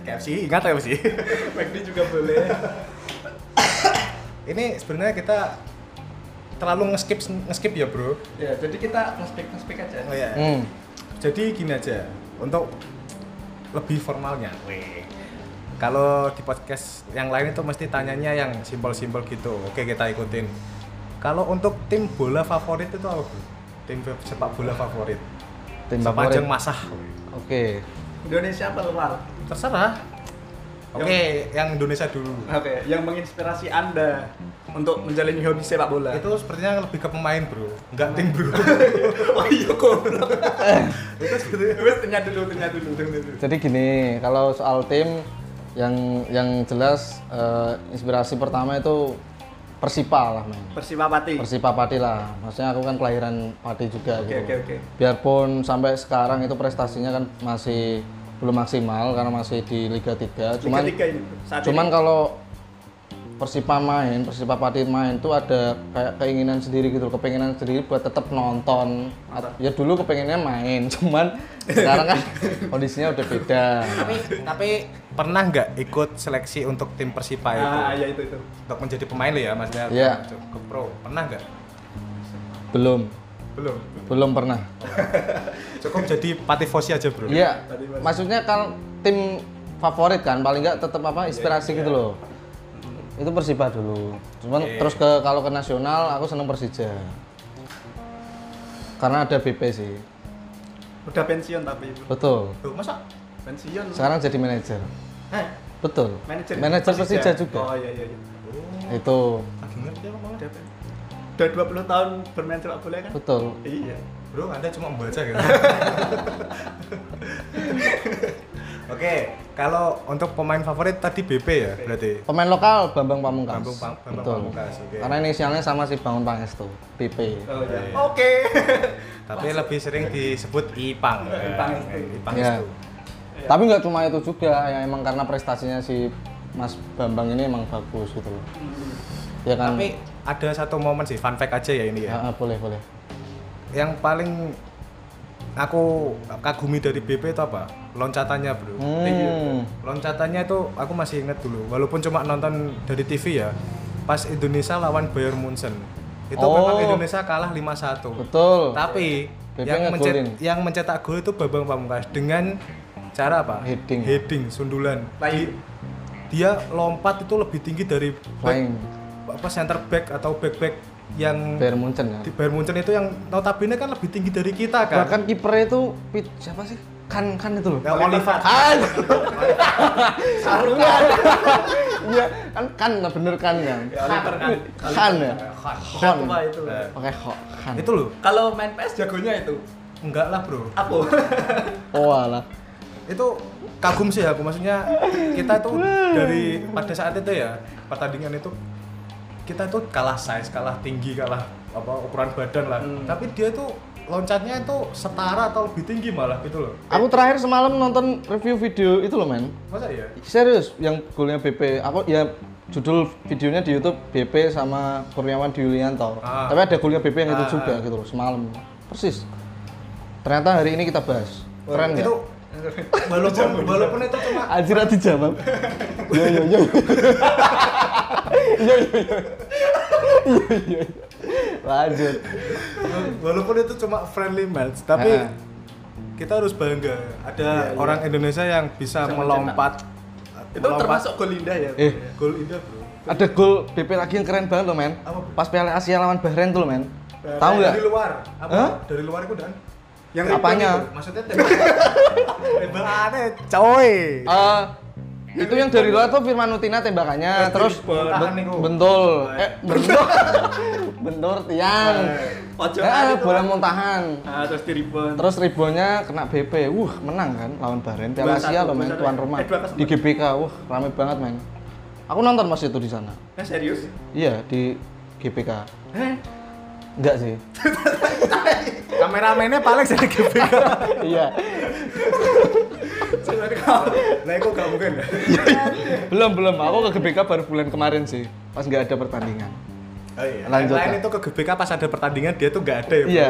Speaker 1: KFC, ingat KFC.
Speaker 2: McD juga boleh.
Speaker 1: Ini sebenarnya kita terlalu ngeskip ngeskip ya bro.
Speaker 2: Ya, jadi kita flashback flashback aja.
Speaker 1: Oh ya.
Speaker 3: Hmm.
Speaker 1: Jadi gini aja, untuk lebih formalnya. weh. Kalau di podcast yang lain itu mesti tanyanya yang simpel-simpel gitu. Oke, kita ikutin. Kalau untuk tim bola favorit itu apa? Bro? Tim sepak bola favorit.
Speaker 3: Tim favorit.
Speaker 1: Sepanjang masah.
Speaker 3: Oke.
Speaker 2: Indonesia apa luar?
Speaker 1: Terserah. Oke, yang Indonesia dulu.
Speaker 2: Oke, yang menginspirasi Anda untuk menjalani hobi sepak bola.
Speaker 1: Itu sepertinya lebih ke pemain, Bro. Enggak tim, Bro.
Speaker 2: oh iya goblok. Wes tanya dulu, tanya dulu, tanya dulu.
Speaker 3: Jadi gini, kalau soal tim yang yang jelas eh, inspirasi pertama itu Persipa lah men.
Speaker 2: Persiwa Pati.
Speaker 3: Persipa Pati lah. Maksudnya aku kan kelahiran Pati juga
Speaker 2: Oke,
Speaker 3: gitu.
Speaker 2: oke, oke.
Speaker 3: Biarpun sampai sekarang itu prestasinya kan masih belum maksimal karena masih di Liga 3.
Speaker 2: Liga
Speaker 3: Cuman
Speaker 2: tiga ini. Saat
Speaker 3: Cuman
Speaker 2: ini.
Speaker 3: kalau Persipa main, Persipa Pati main tuh ada kayak keinginan sendiri gitu, loh, kepinginan sendiri buat tetap nonton. At- Ya dulu kepengennya main, cuman sekarang kan kondisinya udah beda.
Speaker 1: tapi tapi pernah nggak ikut seleksi untuk tim Persipa itu?
Speaker 2: Ah, ya itu itu.
Speaker 1: Untuk menjadi pemain lo ya, Mas. Dar?
Speaker 3: Iya.
Speaker 1: Ke pro. Pernah nggak?
Speaker 3: Belum,
Speaker 1: Belum.
Speaker 3: belum pernah.
Speaker 1: Cukup jadi patifosi aja, Bro.
Speaker 3: Iya, maksudnya kalau tim favorit kan paling nggak tetap apa inspirasi gitu loh. Itu Persipa dulu. Cuman terus ke kalau ke nasional aku seneng Persija. Karena ada BP sih.
Speaker 2: Udah pensiun tapi
Speaker 3: Betul.
Speaker 1: Loh, masa
Speaker 2: pensiun.
Speaker 3: Sekarang jadi manajer.
Speaker 2: Hah?
Speaker 3: Betul.
Speaker 2: Manajer.
Speaker 3: Manajer Persija juga.
Speaker 2: Oh iya iya. iya.
Speaker 3: Itu
Speaker 1: lagi ngerti apa malah?
Speaker 2: Udah pen- Udah 20 tahun bermain sepak bola kan?
Speaker 3: betul.
Speaker 2: Iya.
Speaker 1: Bro, Anda cuma membaca gitu. Oke, kalau untuk pemain favorit tadi BP ya, berarti.
Speaker 3: Pemain lokal Bambang Pamungkas.
Speaker 1: Bambang Pam- Bambang Pamungkas, oke.
Speaker 3: Karena inisialnya sama si Bangun Pangestu, BP.
Speaker 2: Oh iya.
Speaker 1: Iya.
Speaker 2: Oke.
Speaker 1: Tapi lebih sering disebut Ipang. Eh,
Speaker 2: Ipang itu.
Speaker 1: Ipang
Speaker 3: Iya.
Speaker 1: itu.
Speaker 3: Tapi nggak cuma itu juga, ya emang karena prestasinya si Mas Bambang ini emang bagus gitu loh. Ya kan.
Speaker 1: Hmm. Tapi ada satu momen sih, fun fact aja ya ini ya.
Speaker 3: Ah, ah, boleh boleh.
Speaker 1: Yang paling aku kagumi dari BP itu apa? Loncatannya, Bro.
Speaker 3: Hmm.
Speaker 1: Loncatannya itu aku masih ingat dulu, walaupun cuma nonton dari TV ya. Pas Indonesia lawan Bayern Munchen. Itu
Speaker 3: Oh.
Speaker 1: memang Indonesia kalah 5-1.
Speaker 3: Betul.
Speaker 1: Tapi
Speaker 3: BP
Speaker 1: yang,
Speaker 3: ngegolin.
Speaker 1: mencet- yang mencetak gol itu Bambang Pamungkas dengan cara apa?
Speaker 3: Heading.
Speaker 1: Heading, sundulan. Di-
Speaker 2: Flying.
Speaker 1: Dia lompat itu lebih tinggi dari back,
Speaker 3: Flying
Speaker 1: apa center back atau back back yang
Speaker 3: Bayern Munchen kan.
Speaker 1: di Bayern Munchen itu yang notabene kan lebih tinggi dari kita kan.
Speaker 3: Bahkan kipernya itu Pit- siapa sih? Kan kan itu loh.
Speaker 1: Nah, Oliver
Speaker 3: Kan. Sarungan. Iya, kan kan nah, bener kan kan.
Speaker 2: Oliver Kahn.
Speaker 3: Kan ya.
Speaker 2: Udah
Speaker 3: Kan.
Speaker 2: tua itu.
Speaker 1: Eh.
Speaker 3: Pakai ho kan.
Speaker 1: itu loh.
Speaker 2: Kalau main PS jagonya itu
Speaker 1: Enggak lah, Bro.
Speaker 2: apa?
Speaker 3: Oh alah.
Speaker 1: Itu kagum sih aku maksudnya kita itu dari pada saat itu ya pertandingan itu kita itu kalah size, kalah tinggi, kalah apa ukuran badan lah.
Speaker 2: Hmm.
Speaker 1: Tapi dia itu loncatnya itu setara atau lebih tinggi malah gitu loh.
Speaker 3: Aku terakhir semalam nonton review video itu loh men.
Speaker 1: Masa ya?
Speaker 3: Serius yang golnya BP. Aku ya judul videonya di YouTube BP sama Kurniawan Dwilianto.
Speaker 1: Ah.
Speaker 3: Tapi ada golnya BP yang itu
Speaker 1: Ah,
Speaker 3: juga gitu loh semalam. Persis. Ternyata hari ini kita bahas.
Speaker 1: itu
Speaker 3: Keren itu.
Speaker 1: walaupun walaupun itu cuma
Speaker 3: Anjir nanti jawab. Yo yo yo. Yo yo yo. Yo yo. yo. Lanjut.
Speaker 1: walaupun itu cuma friendly match tapi
Speaker 3: Ah.
Speaker 1: kita harus bangga
Speaker 2: Iya,
Speaker 1: ada
Speaker 2: iya.
Speaker 1: orang Indonesia yang bisa
Speaker 2: Bisa
Speaker 1: melompat
Speaker 2: itu termasuk gol indah ya.
Speaker 3: Eh.
Speaker 1: gol indah bro
Speaker 3: Ada gol BP lagi yang keren banget loh men.
Speaker 1: Apa, Bro?
Speaker 3: Pas Piala Asia lawan Bahrain tuh loh men.
Speaker 2: Bahrain
Speaker 3: Tahu nggak?
Speaker 1: Eh, dari luar apa
Speaker 3: Hah?
Speaker 1: dari luar itu dan
Speaker 2: Yang
Speaker 1: Tembak
Speaker 3: apanya?
Speaker 1: itu. maksudnya tembak tembak aneh coy
Speaker 3: Eh, itu yang dari luar tuh Firman Utina tembakannya terus
Speaker 2: dribble.
Speaker 3: ben-
Speaker 1: Tahan niku.
Speaker 3: bentul eh bentul bentur tiang
Speaker 2: Pojokan
Speaker 3: eh,
Speaker 2: itu
Speaker 3: bola
Speaker 2: kan.
Speaker 3: muntahan
Speaker 2: Ah, terus di rebound.
Speaker 3: Terus ribonnya kena BP, wuh menang kan lawan Bahrain. Piala
Speaker 2: Dua-satu,
Speaker 3: Asia loh men,
Speaker 2: dua-satu.
Speaker 3: tuan rumah.
Speaker 2: Eh, dua-satu.
Speaker 3: Di GBK, wuh rame banget men. Aku nonton pas itu di sana.
Speaker 2: Eh, serius?
Speaker 3: Iya di GBK.
Speaker 2: Heh.
Speaker 3: Enggak sih.
Speaker 1: kameramennya paling jadi GBK
Speaker 3: iya.
Speaker 1: tadi kalah. Lah itu gak mungkin.
Speaker 3: belum belum aku ke GBK baru bulan kemarin sih pas nggak ada pertandingan
Speaker 1: Oh iya.
Speaker 3: Lanjut,
Speaker 1: Yang lain
Speaker 3: Kak.
Speaker 1: itu ke GBK pas ada pertandingan dia tuh gak ada ya. Bu?
Speaker 3: iya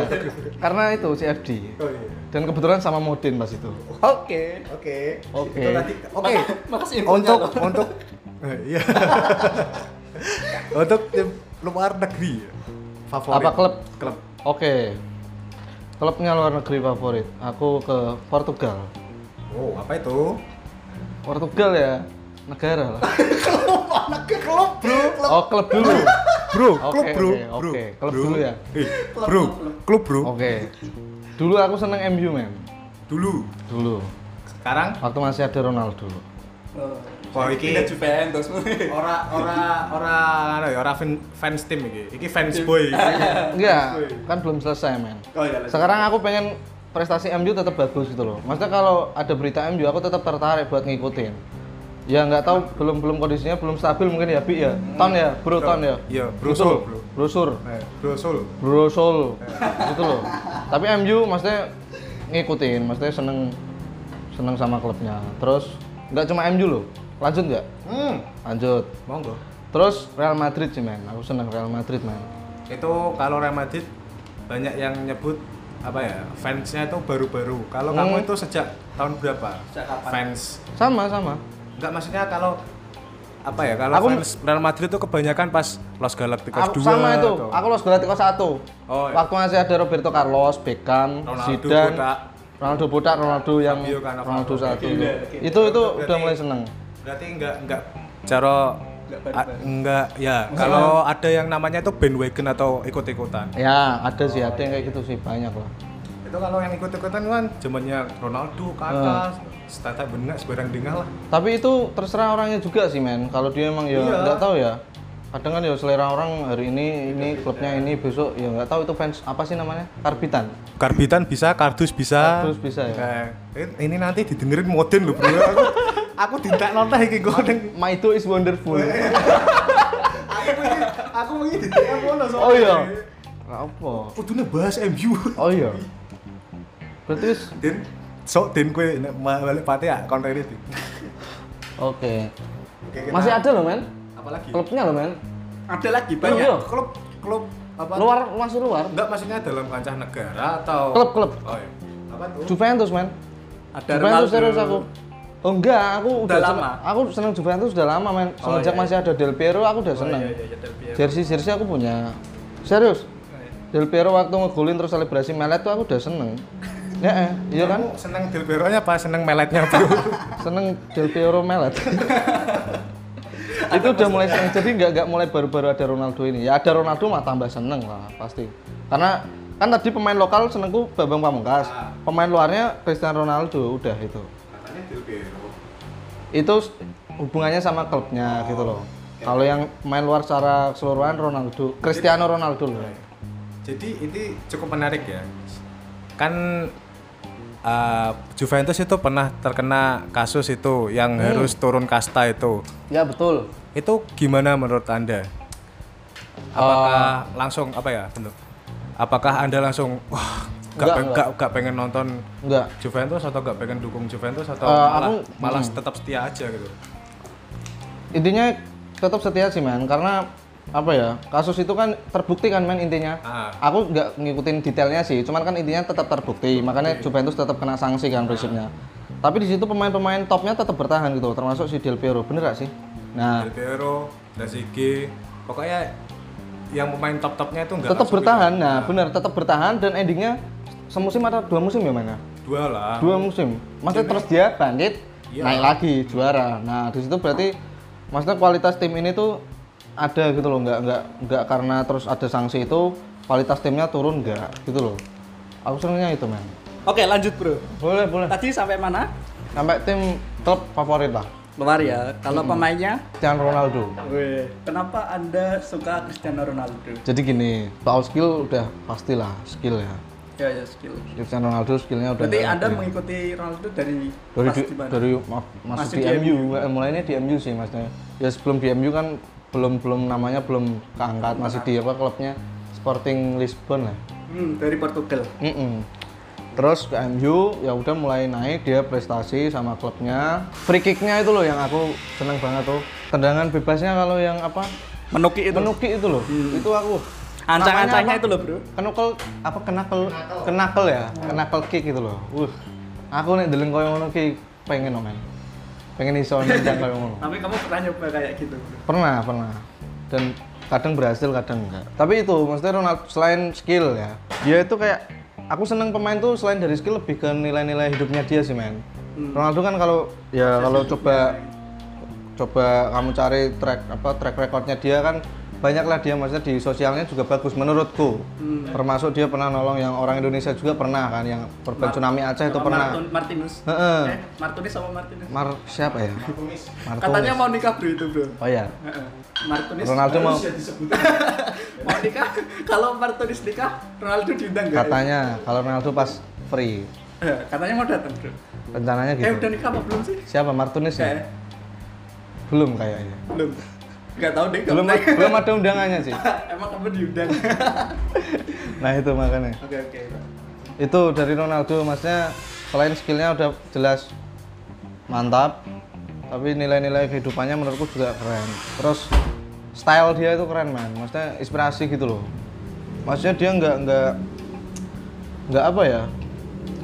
Speaker 3: karena itu CFD
Speaker 1: Oh iya.
Speaker 3: dan kebetulan sama Modin pas itu
Speaker 2: Oke.
Speaker 1: Oke.
Speaker 3: Oke.
Speaker 1: Itu tadi- oh, Oke.
Speaker 2: Makasih
Speaker 1: Untuk untuk eh, iya. Untuk tim luar negeri favorit.
Speaker 3: Apa klub?
Speaker 1: Klub.
Speaker 3: oke klubnya luar negeri favorit aku ke Portugal
Speaker 1: Oh, apa itu?
Speaker 3: Portugal ya negara lah
Speaker 1: Ke klub, Bro.
Speaker 3: oh klub dulu
Speaker 1: Bro, klub, Oh.
Speaker 3: Oke,
Speaker 1: Bro.
Speaker 3: oke,
Speaker 1: bro.
Speaker 3: oke. Klub
Speaker 1: Bro.
Speaker 3: dulu ya?
Speaker 1: Ih, bro, klub, Bro.
Speaker 3: oke dulu aku seneng MU men
Speaker 1: Dulu.
Speaker 3: dulu
Speaker 1: Sekarang
Speaker 3: waktu masih ada Ronaldo
Speaker 1: Wah, iki-
Speaker 2: kita Juventus.
Speaker 1: ora ora ora ora ya ora fan- fans tim iki. Iki fans boy.
Speaker 3: enggak kan belum selesai men
Speaker 2: Oh iya. lanjut.
Speaker 3: sekarang aku pengen prestasi MU tetap bagus gitu loh maksudnya kalau ada berita MU aku tetap tertarik buat ngikutin ya nggak tahu belum belum kondisinya belum stabil mungkin ya Bi ya ton ya bro ton ya
Speaker 1: Iya, brusul, bro.
Speaker 3: brosur
Speaker 1: Eh, Bro Sul.
Speaker 3: brosol gitu loh tapi MU maksudnya ngikutin maksudnya seneng seneng sama klubnya terus nggak cuma MU loh lanjut nggak
Speaker 1: Hmm,
Speaker 3: lanjut
Speaker 1: monggo.
Speaker 3: terus Real Madrid sih men aku seneng Real Madrid men
Speaker 1: itu kalau Real Madrid banyak yang nyebut apa ya fansnya itu baru-baru kalau kamu itu sejak tahun berapa
Speaker 2: Sejak kapan?
Speaker 1: fans
Speaker 3: sama sama
Speaker 1: nggak maksudnya kalau apa ya kalau
Speaker 3: Aku-
Speaker 1: fans Real Madrid itu kebanyakan pas Los Galacticos
Speaker 3: Aku
Speaker 1: 2
Speaker 3: sama itu.
Speaker 1: atau
Speaker 3: Aku Los Galacticos 1.
Speaker 1: Oh, iya.
Speaker 3: Waktu masih ada Roberto Carlos, Beckham,
Speaker 1: Ronaldo,
Speaker 3: Zidane,
Speaker 1: Botak.
Speaker 3: Ronaldo Botak, Ronaldo yang
Speaker 1: Fabio Cannavaro.
Speaker 3: Ronaldo satu.
Speaker 2: Gila, gila.
Speaker 3: Itu itu
Speaker 1: Berarti-
Speaker 3: udah mulai seneng.
Speaker 1: berarti nggak nggak cara
Speaker 2: Nggak
Speaker 1: a-
Speaker 2: baru-baru.
Speaker 1: nggak ya kalau ada yang namanya itu bandwagon atau ikut-ikutan
Speaker 3: Ya, ada sih ada yang kayak gitu sih banyak lah.
Speaker 1: itu kalau yang ikut-ikutan Ah. kan zamannya Ronaldo, Kakak, Stata benak sebarang dengar lah
Speaker 3: Tapi itu terserah orangnya juga sih, men. Kalau dia emang ya
Speaker 1: Iya.
Speaker 3: nggak tahu ya. Kadang kan ya selera orang hari ini ini klubnya ini besok ya nggak tahu itu fans apa sih namanya? Karbitan.
Speaker 1: karbitan bisa, kardus bisa
Speaker 3: Kardus bisa ya?
Speaker 1: Eh, ini nanti didengerin modin loh bro aku, aku dintak nonton iki goreng
Speaker 3: My Do is wonderful.
Speaker 1: aku ini aku ini dintak apa ngono soalnya.
Speaker 3: oh iya. Nggak Apa?
Speaker 1: Kudune bahas MU
Speaker 3: Oh iya. Berarti wis
Speaker 1: din sok din kowe nek ma- balik pati ya kon rene din
Speaker 3: oke.
Speaker 1: Oke, kita-
Speaker 3: Masih ada loh, men.
Speaker 1: apalagi
Speaker 3: Klubnya loh, men.
Speaker 2: Ada lagi
Speaker 1: klub
Speaker 2: ya? banyak.
Speaker 3: Iya.
Speaker 1: klub klub apa
Speaker 3: Luar masih luar.
Speaker 1: enggak maksudnya dalam kancah negara atau
Speaker 3: Klub, klub.
Speaker 1: oh iya apa tuh
Speaker 3: Juventus, men.
Speaker 2: Ada
Speaker 3: Juventus serius
Speaker 2: Ronaldo.
Speaker 3: aku. Oh enggak, aku
Speaker 2: Udah
Speaker 3: udah
Speaker 2: lama?
Speaker 3: seneng- Aku seneng Juventus udah lama, men. Semenjak
Speaker 2: iya,
Speaker 3: masih ada Del Piero aku udah seneng.
Speaker 2: Oh, iya, iya, Del Piero. Oh, iya.
Speaker 3: Jersey-jersey aku punya. Serius. Del Piero waktu ngegolin terus selebrasi melet tuh aku udah seneng. Ya, eh, iya kan?
Speaker 1: Kamu seneng Del Piero nya apa seneng meletnya bro
Speaker 3: Seneng Del Piero melet. itu udah mulai seneng. Jadi nggak nggak mulai baru-baru ada Ronaldo ini. Ya ada Ronaldo mah tambah seneng lah pasti. Karena kan tadi pemain lokal senengku Bambang Pamungkas. Pemain luarnya Cristiano Ronaldo udah itu.
Speaker 1: Ah. katanya Del Piero Oh,
Speaker 3: Itu s- hubungannya sama klubnya gitu loh. Kalau yang main luar secara keseluruhan Ronaldo, Cristiano Ronaldo loh.
Speaker 1: Jadi ini cukup menarik ya. Kan uh, Juventus itu pernah terkena kasus itu yang
Speaker 3: Hmm.
Speaker 1: harus turun kasta itu.
Speaker 3: Ya betul.
Speaker 1: Itu gimana menurut Anda?
Speaker 3: Eh.
Speaker 1: Apakah langsung apa ya? bentuk? Apakah Anda langsung wah gak,
Speaker 3: Enggak,
Speaker 1: peng-
Speaker 3: enggak.
Speaker 1: gak- gak pengen nonton
Speaker 3: Enggak.
Speaker 1: Juventus atau gak pengen dukung Juventus atau
Speaker 3: Eh,
Speaker 1: malah,
Speaker 3: aku-
Speaker 1: malah
Speaker 3: hmm. Nah.
Speaker 1: tetap setia aja gitu.
Speaker 3: Intinya tetap setia sih men karena apa ya kasus itu kan terbukti kan men intinya
Speaker 1: Ah.
Speaker 3: aku nggak ngikutin detailnya sih cuman kan intinya tetap terbukti makanya Juventus tetap kena sanksi kan prinsipnya tapi di situ pemain-pemain topnya tetap bertahan gitu termasuk si Del Piero bener gak sih nah
Speaker 1: Del Piero, Inzaghi, pokoknya yang pemain top-topnya itu Ah. enggak
Speaker 3: tetap bertahan nah bener tetap bertahan dan endingnya semusim atau dua musim ya mana
Speaker 1: gitu. Dua lah.
Speaker 3: dua musim maksudnya terus dia bangkit naik lagi juara nah di situ berarti maksudnya kualitas tim ini tuh ada gitu loh nggak nggak nggak karena terus ada sanksi itu kualitas timnya turun nggak gitu loh aku senengnya itu men
Speaker 2: Oke, lanjut, Bro.
Speaker 3: boleh boleh
Speaker 2: Tadi sampai mana?
Speaker 3: sampai tim klub favorit lah
Speaker 2: Luar ya. Kalau
Speaker 3: Hmm.
Speaker 2: pemainnya
Speaker 3: Cristiano Ronaldo
Speaker 2: Weh, kenapa Anda suka Cristiano Ronaldo?
Speaker 3: jadi gini soal skill udah pastilah skill ya
Speaker 2: Ya, ya skill.
Speaker 3: Cristiano Ronaldo skillnya udah
Speaker 2: Berarti
Speaker 3: nggak
Speaker 2: Anda
Speaker 3: ada.
Speaker 2: mengikuti Ronaldo dari
Speaker 3: dari
Speaker 2: pas
Speaker 3: di-
Speaker 2: di mana?
Speaker 3: dari ma- masuk
Speaker 2: Masih
Speaker 3: di,
Speaker 2: di
Speaker 3: MU eh, mulainya di MU sih maksudnya ya sebelum di MU kan belum belum namanya belum keangkat masih di apa klubnya Sporting Lisbon lah
Speaker 2: Hmm, dari Portugal.
Speaker 3: Mm-mm. Terus ke MU ya udah mulai naik dia prestasi sama klubnya. Free kicknya itu loh yang aku seneng banget tuh. Tendangan bebasnya kalau yang apa?
Speaker 2: Menuki itu. Hmm.
Speaker 3: Menuki itu loh. Itu aku.
Speaker 2: Ancang-ancangnya
Speaker 3: Namanya apa?
Speaker 2: itu loh, Bro.
Speaker 3: Kenukel kan apa kenakel kenakel ya? Kenakel kick gitu loh. Uh. Aku nek deleng koyo ngono ki pengen omen. Pengen iso nendang koyo ngono.
Speaker 2: Tapi kamu pernah nyoba kayak gitu, Bro?
Speaker 3: Pernah, pernah. Dan kadang berhasil, kadang enggak. Tapi itu, maksudnya Ronaldo selain skill ya, dia itu kayak aku seneng pemain tuh selain dari skill lebih ke nilai-nilai hidupnya dia sih men. Ronaldo kan kalau ya kalau coba coba kamu cari track apa track recordnya dia kan banyaklah dia maksudnya di sosialnya juga bagus menurutku. Termasuk dia pernah nolong yang orang Indonesia juga pernah kan yang korban tsunami Aceh itu
Speaker 2: Sama
Speaker 3: pernah.
Speaker 2: Martun- Martinus.
Speaker 3: Heeh.
Speaker 2: Eh, Martinus sama Martinus.
Speaker 3: Mar siapa ya? Martunis.
Speaker 2: Katanya mau nikah, Bro, itu, Bro.
Speaker 3: Oh ya.
Speaker 2: Heeh. Martinus.
Speaker 3: Ronaldo mau
Speaker 2: mau nikah kalau Martinus nikah Ronaldo diundang nggak?
Speaker 3: katanya kalau Ronaldo pas free
Speaker 2: Eh, katanya mau datang bro
Speaker 3: rencananya
Speaker 2: eh
Speaker 3: gitu
Speaker 2: udah nikah apa belum sih
Speaker 3: siapa Martunis
Speaker 2: eh
Speaker 3: ya belum kayaknya
Speaker 2: belum nggak tahu deh nggak
Speaker 3: belum
Speaker 2: pernah.
Speaker 3: belum ada undangannya sih
Speaker 2: emang kamu diundang
Speaker 3: nah itu makanya
Speaker 2: oke oke
Speaker 3: itu dari Ronaldo maksudnya selain skillnya udah jelas mantap tapi nilai-nilai kehidupannya menurutku juga keren terus style dia itu keren man maksudnya inspirasi gitu loh maksudnya dia nggak nggak nggak apa ya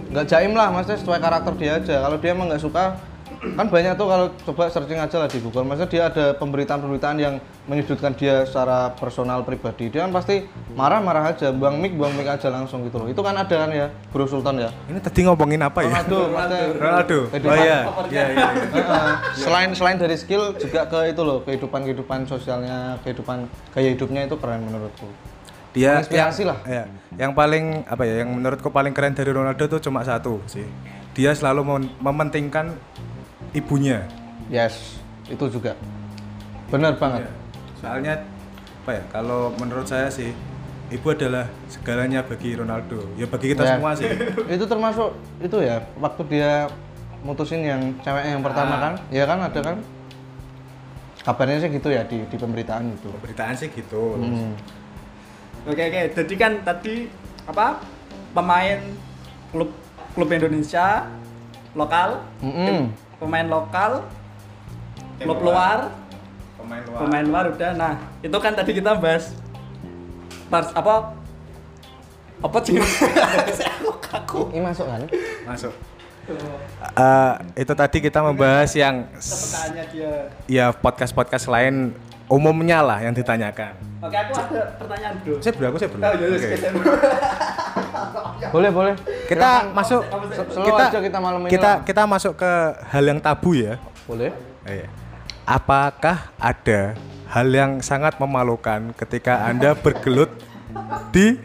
Speaker 3: nggak jaim lah maksudnya sesuai karakter dia aja kalau dia emang nggak suka kan banyak tuh kalau coba searching aja lah di Google maksudnya dia ada pemberitaan-pemberitaan yang menyudutkan dia secara personal pribadi dia kan pasti marah-marah aja buang mic buang mic aja langsung gitu loh itu kan ada kan ya Bro Sultan ya
Speaker 1: Ini tadi ngomongin apa ya?
Speaker 3: Ronaldo maksudnya
Speaker 1: Ronaldo.
Speaker 3: Kehidupan
Speaker 1: Oh iya. Iya iya.
Speaker 3: Heeh. selain selain dari skill juga ke itu loh kehidupan kehidupan sosialnya kehidupan gaya hidupnya itu keren menurutku
Speaker 1: Dia
Speaker 3: Inspirasi
Speaker 1: yang-
Speaker 3: lah.
Speaker 1: Iya. Yang paling apa ya? Yang menurutku paling keren dari Ronaldo tuh cuma satu sih. Dia selalu mem- mementingkan ibunya.
Speaker 3: yes itu juga bener banget
Speaker 1: Iya. Soalnya apa ya? Kalau menurut saya sih ibu adalah segalanya bagi Ronaldo. Ya bagi kita
Speaker 3: Ya.
Speaker 1: semua sih.
Speaker 3: itu termasuk itu ya waktu dia mutusin yang cewek yang pertama
Speaker 1: Ah.
Speaker 3: kan ya kan ada kan kabarnya sih gitu ya di, di pemberitaan itu
Speaker 1: Pemberitaan sih gitu.
Speaker 3: Hmm.
Speaker 2: oke oke jadi kan tadi apa pemain klub klub Indonesia lokal
Speaker 3: Mm-mm.
Speaker 2: pemain lokal
Speaker 1: Tim
Speaker 2: klub
Speaker 1: luar.
Speaker 2: luar
Speaker 1: Pemain luar.
Speaker 2: pemain luar udah nah itu kan tadi kita bahas pers apa apa sih aku kaku
Speaker 3: ini masuk kan
Speaker 1: Masuk. Eh, itu tadi kita membahas yang
Speaker 2: pertanyaannya dia
Speaker 1: ya podcast-podcast lain umumnya lah yang ditanyakan.
Speaker 2: oke aku ada pertanyaan bro
Speaker 1: Saya bro, aku saya bro.
Speaker 2: oh iya
Speaker 1: Oke.
Speaker 2: iya
Speaker 3: boleh boleh
Speaker 1: Kita masuk
Speaker 3: Sel- slow
Speaker 1: kita
Speaker 3: aja kita malam ini
Speaker 1: kita
Speaker 3: lah.
Speaker 1: kita masuk ke hal yang tabu ya.
Speaker 3: boleh
Speaker 1: Eh, iya. Apakah ada hal yang sangat memalukan ketika Anda bergelut di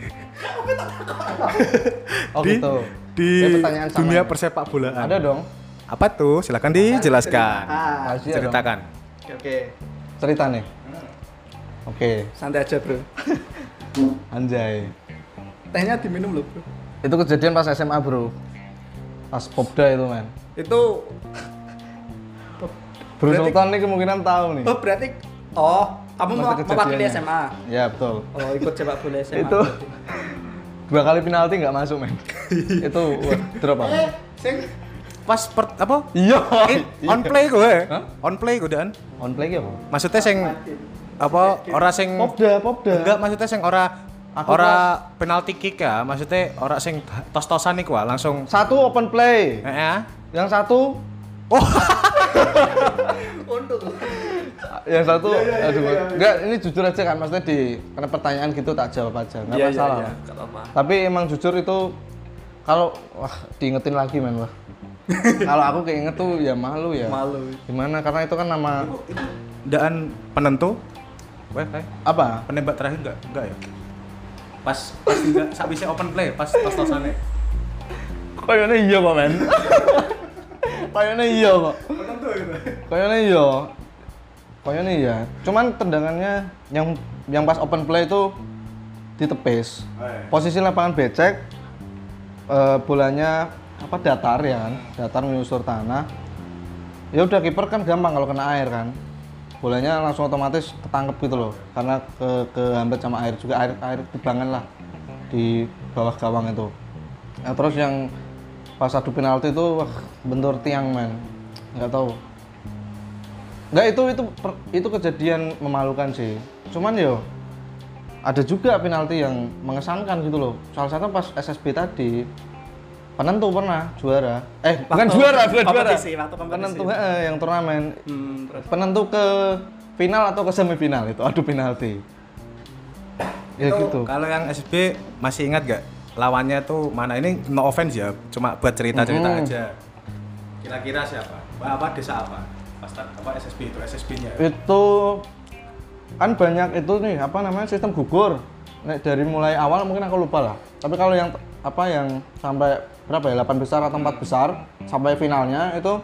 Speaker 3: oh
Speaker 1: di,
Speaker 3: gitu
Speaker 1: di
Speaker 3: Ya, pertanyaan sama
Speaker 1: dunia
Speaker 3: ini.
Speaker 1: persepak bolaan?
Speaker 3: ada dong
Speaker 1: Apa tuh? Silakan dijelaskan.
Speaker 2: ah
Speaker 3: rahasia dong.
Speaker 1: Ceritakan.
Speaker 2: oke oke
Speaker 3: cerita nih oke
Speaker 2: santai aja bro
Speaker 3: anjay
Speaker 2: tehnya diminum loh bro
Speaker 3: itu kejadian pas SMA bro pas popda itu men
Speaker 2: itu
Speaker 3: Bro
Speaker 2: Berarti-
Speaker 3: Sultan nih kemungkinan tahu nih
Speaker 2: oh berarti oh kamu
Speaker 3: masa
Speaker 2: mau mewakili
Speaker 3: kejadiannya.
Speaker 2: SMA
Speaker 3: ya betul
Speaker 2: oh ikut sepak bola SMA
Speaker 3: itu dua kali penalti nggak masuk men itu wah, drop apa
Speaker 2: eh sing
Speaker 1: Pas per, apa?
Speaker 3: iya
Speaker 1: Eh, on play gue.
Speaker 3: Hah?
Speaker 1: On play gue dan.
Speaker 3: on play ki apa
Speaker 1: Maksudnya sing apa ora sing
Speaker 3: popda popda
Speaker 1: enggak maksudnya sing ora
Speaker 3: Aku
Speaker 1: ora penalti kick ya, maksudnya ora sing tos-tosan iku ah, langsung
Speaker 3: satu open
Speaker 1: eh
Speaker 3: play
Speaker 1: ya.
Speaker 3: yang satu
Speaker 2: untuk
Speaker 3: yang satu aduh enggak ini jujur aja kan maksudnya di karena pertanyaan gitu tak jawab aja nggak masalah
Speaker 2: Iya, nggak apa-apa
Speaker 3: tapi emang jujur itu kalau wah diingetin lagi men wah kalau aku keinget tuh ya malu ya
Speaker 2: malu
Speaker 3: gimana karena itu kan nama
Speaker 1: Daan penentu. Weh,
Speaker 3: eh.
Speaker 1: weh.
Speaker 3: apa
Speaker 1: penembak terakhir enggak? Enggak ya. Pas pas enggak sabisnya open play, pas tos-tosane.
Speaker 3: kayaknya iya kok men kayaknya iya kok kayaknya iya kayaknya iya cuman tendangannya yang yang pas open play itu ditepis posisi lapangan becek eh, bolanya apa datar ya kan datar menyusur tanah ya udah kiper kan gampang kalau kena air kan bolanya langsung otomatis ketangkep gitu loh karena ke kehambat sama air juga air air kubangan lah di bawah gawang itu Nah, terus yang pas adu penalti itu wah, bentur tiang men. Nggak tahu. Nggak itu itu per- itu kejadian memalukan sih. Cuman yo ada juga penalti yang mengesankan gitu loh. Salah satu pas SSB tadi penentu pernah juara. Eh, bukan
Speaker 2: Waktu
Speaker 3: juara, bukan juara.
Speaker 2: kompetisi, waktu kompetisi.
Speaker 3: Penentu eh, yang turnamen
Speaker 2: Hmm, terus
Speaker 3: penentu ke final atau ke semifinal itu adu penalti. Ya
Speaker 1: Itu
Speaker 3: gitu.
Speaker 1: Kalau yang SB masih ingat gak lawannya tuh mana ini no offense ya, cuma buat cerita-cerita
Speaker 3: Mhm.
Speaker 1: aja. Kira-kira siapa? Apa, apa desa apa? Pasta apa SSB itu SSB-nya.
Speaker 3: itu kan banyak itu nih apa namanya sistem gugur Nek dari mulai awal mungkin aku lupa lah tapi kalau yang apa yang sampai berapa ya 8 besar atau 4 besar sampai finalnya itu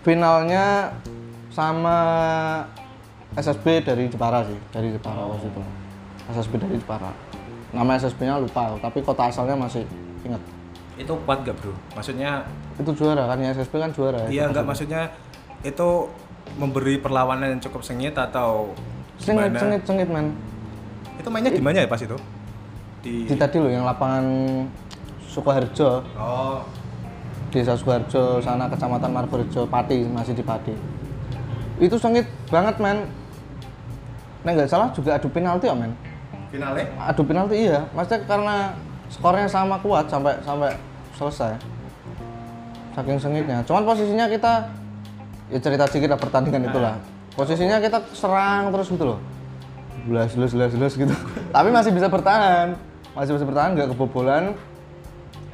Speaker 3: finalnya sama SSB dari Jepara sih dari Jepara waktu itu SSB dari Jepara nama SSB-nya lupa tapi kota asalnya masih ingat
Speaker 1: Itu kuat gak bro? Maksudnya
Speaker 3: itu juara kan ya SSB kan juara ya
Speaker 1: iya nggak maksudnya itu memberi perlawanan yang cukup sengit atau
Speaker 3: sengit
Speaker 1: gimana?
Speaker 3: sengit sengit men
Speaker 1: Itu mainnya gimana ya pas itu? Di
Speaker 3: di tadi loh yang lapangan Sukoharjo
Speaker 1: Oh,
Speaker 3: desa Sukoharjo sana kecamatan Margorejo Pati masih di Pati itu sengit banget men nah nggak salah juga adu penalti ya men
Speaker 1: finalnya?
Speaker 3: adu penalti iya maksudnya karena skornya sama kuat sampai sampai selesai saking sengitnya cuman posisinya kita ya cerita sedikit lah pertandingan itulah posisinya kita serang terus gitu loh belas belas belas belas gitu tapi masih bisa bertahan masih bisa bertahan nggak kebobolan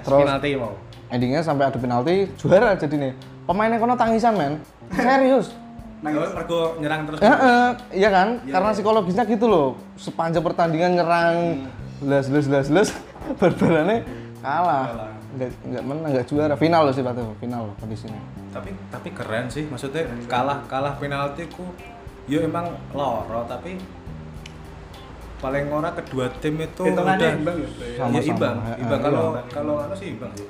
Speaker 3: terus
Speaker 1: Penalti mau.
Speaker 3: endingnya sampai adu penalti juara jadi nih pemainnya kono tangisan men serius
Speaker 1: Nangis. Mergo nyerang terus.
Speaker 3: ya, eh, iya kan karena psikologisnya gitu loh sepanjang pertandingan nyerang les les les les berberannya kalah nggak nggak menang nggak juara final loh sih Pak Teo, final loh kondisinya
Speaker 1: tapi tapi keren sih maksudnya kalah kalah penalti ku ya emang loro tapi paling ora kedua tim itu udah
Speaker 2: hitungannya imbang ya, Bro, ya?
Speaker 1: ya
Speaker 3: Sama-sama.
Speaker 1: imbang
Speaker 3: Eh,
Speaker 1: imbang
Speaker 3: eh,
Speaker 1: kalau kalau anu sih imbang sih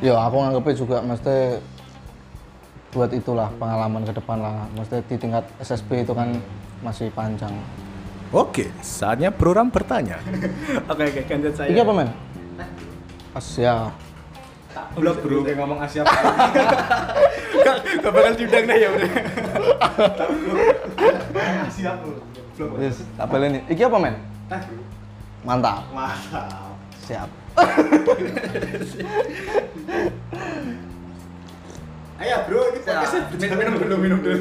Speaker 3: ya aku nganggepnya juga mesti buat itulah pengalaman ke depan lah mesti di tingkat SSB itu kan masih panjang
Speaker 1: oke saatnya program bertanya
Speaker 2: oke oke gantian saya.
Speaker 3: ini apa men ya. Asia
Speaker 1: belum bro ngomong Asia
Speaker 2: Gak, gak bakal diundang deh ya udah.
Speaker 1: Asia bro
Speaker 3: Yes, tak baleni. Iki apa men? Mantap.
Speaker 1: mantap
Speaker 3: Siap.
Speaker 1: ayo bro ini podcastnya minum minum dulu minum dulu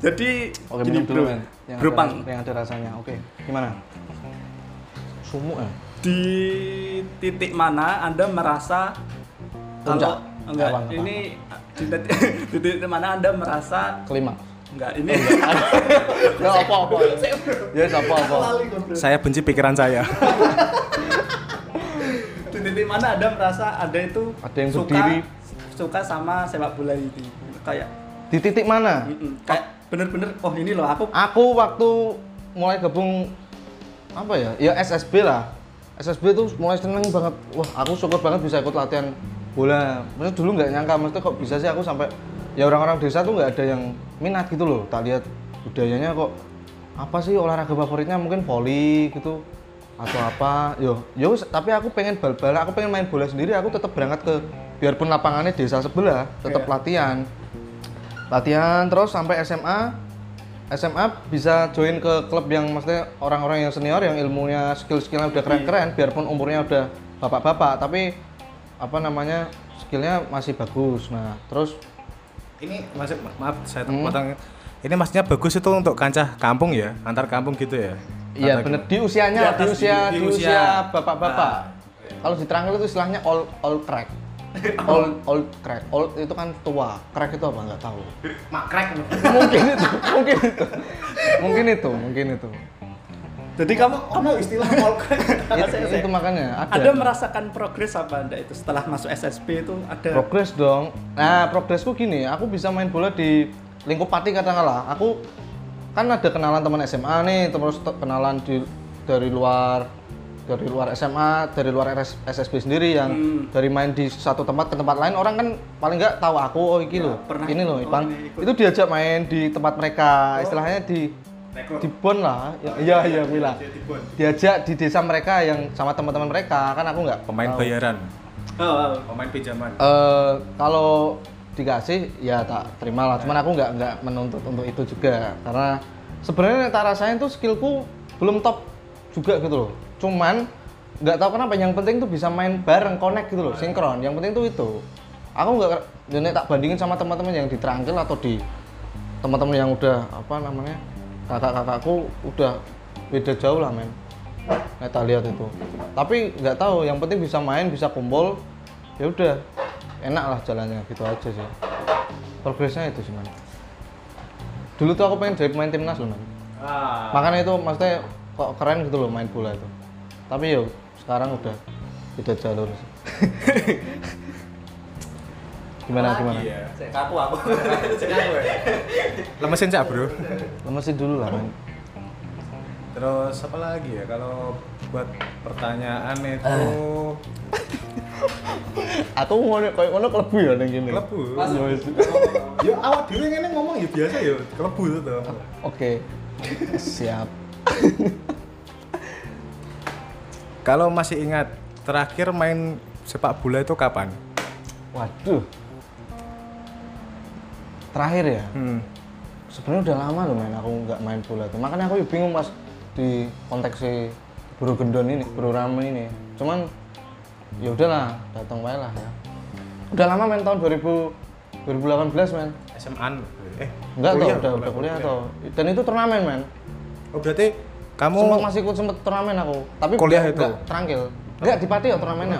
Speaker 2: Jadi
Speaker 3: Oke,
Speaker 2: gini
Speaker 3: minum dulu
Speaker 2: bro,
Speaker 3: men. Yang
Speaker 2: bro
Speaker 3: ada-
Speaker 2: pang
Speaker 3: yang ada rasanya. Oke. Gimana? Sumuk ya?
Speaker 2: di titik mana anda merasa
Speaker 3: Puncak.
Speaker 2: kalau enggak
Speaker 3: Apa, apa?
Speaker 2: ini di titik, di titik mana anda merasa
Speaker 3: Kelima.
Speaker 2: enggak ini
Speaker 3: Ya apa-apa. Ya apa-apa.
Speaker 1: saya benci pikiran saya
Speaker 2: di titik mana anda merasa anda itu
Speaker 3: Ada yang
Speaker 2: suka
Speaker 3: berdiri.
Speaker 2: suka sama sepak bola ini kayak
Speaker 3: Di titik mana?
Speaker 2: mm-mm, kayak bener-bener oh ini loh aku
Speaker 3: Aku waktu mulai gabung apa ya? Ya SSB lah. SSB tuh mulai seneng banget. Wah, aku syukur banget bisa ikut latihan bola. Maksudnya dulu nggak nyangka, maksudnya kok bisa sih aku sampai ya orang-orang desa tuh nggak ada yang minat gitu loh. Tak lihat budayanya kok apa sih olahraga favoritnya mungkin voli gitu atau apa yo yo wis, tapi aku pengen bal-bal aku pengen main bola sendiri aku tetap berangkat ke biarpun lapangannya desa sebelah tetap latihan latihan terus sampai SMA SMA bisa join ke klub yang maksudnya orang-orang yang senior yang ilmunya skill-skillnya
Speaker 1: Iya.
Speaker 3: udah keren-keren biarpun umurnya udah bapak-bapak tapi apa namanya skillnya masih bagus nah terus
Speaker 1: ini maksud ma- maaf saya potong ya. ini maksudnya bagus itu untuk kancah kampung ya antar kampung gitu ya
Speaker 3: iya
Speaker 1: Atau
Speaker 3: bener di usianya
Speaker 1: Di
Speaker 3: di,
Speaker 1: atas,
Speaker 3: usia
Speaker 1: di-
Speaker 3: di,
Speaker 1: di usia. Nah, iya.
Speaker 3: usia bapak-bapak kalau di Terangkil itu istilahnya old old crack old old crack old itu kan tua crack itu apa nggak tahu
Speaker 1: makrek
Speaker 3: mungkin itu mungkin itu mungkin itu mungkin itu
Speaker 2: jadi kamu
Speaker 1: ono istilah molkrek
Speaker 3: itu, Iya, itu makanya ada
Speaker 2: Anda merasakan progres apa anda itu setelah masuk SSB itu ada
Speaker 3: Progres dong. Nah, progresku gini, aku bisa main bola di lingkup pati katakanlah. Aku kan ada kenalan teman SMA nih, terus te- kenalan di dari luar dari luar SMA, dari luar RS, SSB sendiri yang
Speaker 2: Hmm.
Speaker 3: dari main di satu tempat ke tempat lain orang kan paling nggak tahu aku oh iki loh.
Speaker 2: Ya, pernah
Speaker 3: Ini loh,
Speaker 2: ikut,
Speaker 3: Ipang.
Speaker 2: ini ikut. Oh.
Speaker 3: Itu diajak main di tempat mereka, istilahnya di di bon lah. Ya, Iya, iya, Mila. Diajak di desa mereka yang sama teman-teman mereka, kan aku nggak
Speaker 1: pemain bayaran
Speaker 2: Oh, oh.
Speaker 1: pemain pinjaman
Speaker 3: Eh, kalau dikasih ya tak terima lah. Cuman aku nggak nggak menuntut untuk itu juga karena sebenarnya yang tak rasain tuh skillku belum top juga gitu loh. Cuman nggak tahu kenapa yang penting tuh bisa main bareng connect gitu loh, sinkron. Yang penting tuh itu. Aku nggak dan tak bandingin sama teman-teman yang di Terangkil atau di teman-teman yang udah apa namanya kakak-kakakku udah beda jauh lah men. Nah, tak lihat itu. Tapi nggak tahu, yang penting bisa main, bisa kumpul. Ya udah, enak lah jalannya gitu aja sih. Progresnya itu sih man. Dulu tuh aku pengen jadi pemain timnas loh man.
Speaker 2: Ah.
Speaker 3: Makanya itu maksudnya kok keren gitu loh main bola itu. Tapi ya sekarang udah beda jalur. sih. gimana gimana?
Speaker 1: iya
Speaker 2: Cek kaku aku. ya.
Speaker 1: lemesin cak bro
Speaker 3: Lemesin dulu lah man.
Speaker 1: terus apa lagi ya kalau buat pertanyaan itu Eh.
Speaker 3: Aku ngono koyo ngono kelebu ya ning gini.
Speaker 1: kelebu
Speaker 2: Masuk.
Speaker 1: ya awak dhewe ngene ngomong ya biasa ya kelebu itu tuh
Speaker 3: Oke. Siap.
Speaker 1: kalau masih ingat terakhir main sepak bola itu kapan
Speaker 3: Waduh. Terakhir ya.
Speaker 1: hmm.
Speaker 3: Sebenarnya udah lama loh main aku nggak main bola tuh. Makanya aku bingung pas di konteks si Bro Gendon ini, Bro Ramen ini. Cuman ya udahlah, datang wae lah ya. Udah lama main tahun 2000 2018 men.
Speaker 1: SMA eh
Speaker 3: Enggak
Speaker 1: kuliah.
Speaker 3: toh, Oh iya, udah udah kuliah toh. Dan itu turnamen men.
Speaker 1: oh berarti kamu
Speaker 3: Sempet masih ikut sempet turnamen aku. Tapi
Speaker 1: Kuliah
Speaker 3: nggak-
Speaker 1: itu?
Speaker 3: nggak terangkil. Enggak di Pati ya turnamennya.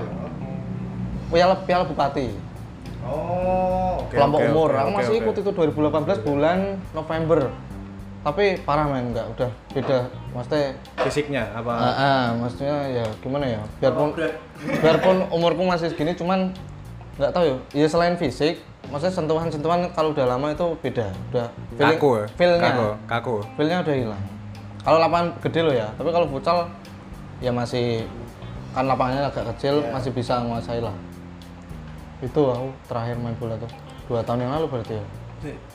Speaker 3: Piala Piala Bupati.
Speaker 1: oh oke
Speaker 3: kelompok
Speaker 1: oke,
Speaker 3: umur.
Speaker 1: oke,
Speaker 3: aku
Speaker 1: oke,
Speaker 3: masih
Speaker 1: oke.
Speaker 3: ikut itu 2018 bulan November. Tapi parah men enggak udah beda. Maksudnya
Speaker 1: fisiknya apa
Speaker 3: ah, ah, maksudnya ya gimana ya? Biarpun
Speaker 2: Berat.
Speaker 3: biarpun umurku masih segini cuman nggak tahu ya. Ya selain fisik, maksudnya sentuhan-sentuhan kalau udah lama itu beda. Udah
Speaker 1: kaku ya
Speaker 3: feel-nya.
Speaker 1: kaku kaku
Speaker 3: Feel-nya udah hilang. Kalau lapangan gede loh ya, tapi kalau futsal ya masih kan lapangannya agak kecil masih bisa menguasai lah. Itu aku terakhir main bola tuh dua tahun yang lalu berarti ya.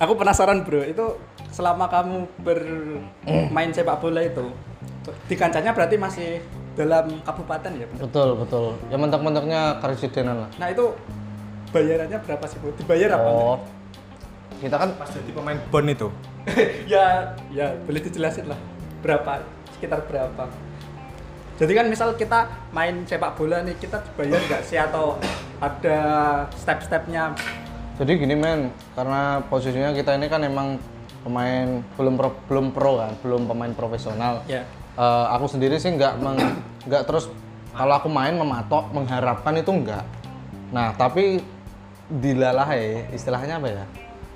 Speaker 2: Aku penasaran bro, itu selama kamu
Speaker 3: Mm.
Speaker 2: bermain sepak bola itu di kancahnya berarti masih dalam kabupaten ya? bener?
Speaker 3: Betul betul. Ya mentok-mentoknya karesidenan lah.
Speaker 2: Nah itu bayarannya berapa sih bro? Dibayar apa?
Speaker 3: Oh, kita kan
Speaker 1: pas jadi pemain bon itu
Speaker 2: ya ya boleh dijelasin lah berapa sekitar berapa jadi kan misal kita main sepak bola nih kita dibayar nggak sih atau ada step-stepnya
Speaker 3: jadi gini men, karena posisinya kita ini kan emang pemain belum pro, belum pro kan, belum pemain profesional.
Speaker 2: ya
Speaker 3: Eh, aku sendiri sih nggak meng- nggak terus kalau aku main mematok mengharapkan itu nggak. Nah tapi dilalahai istilahnya apa ya?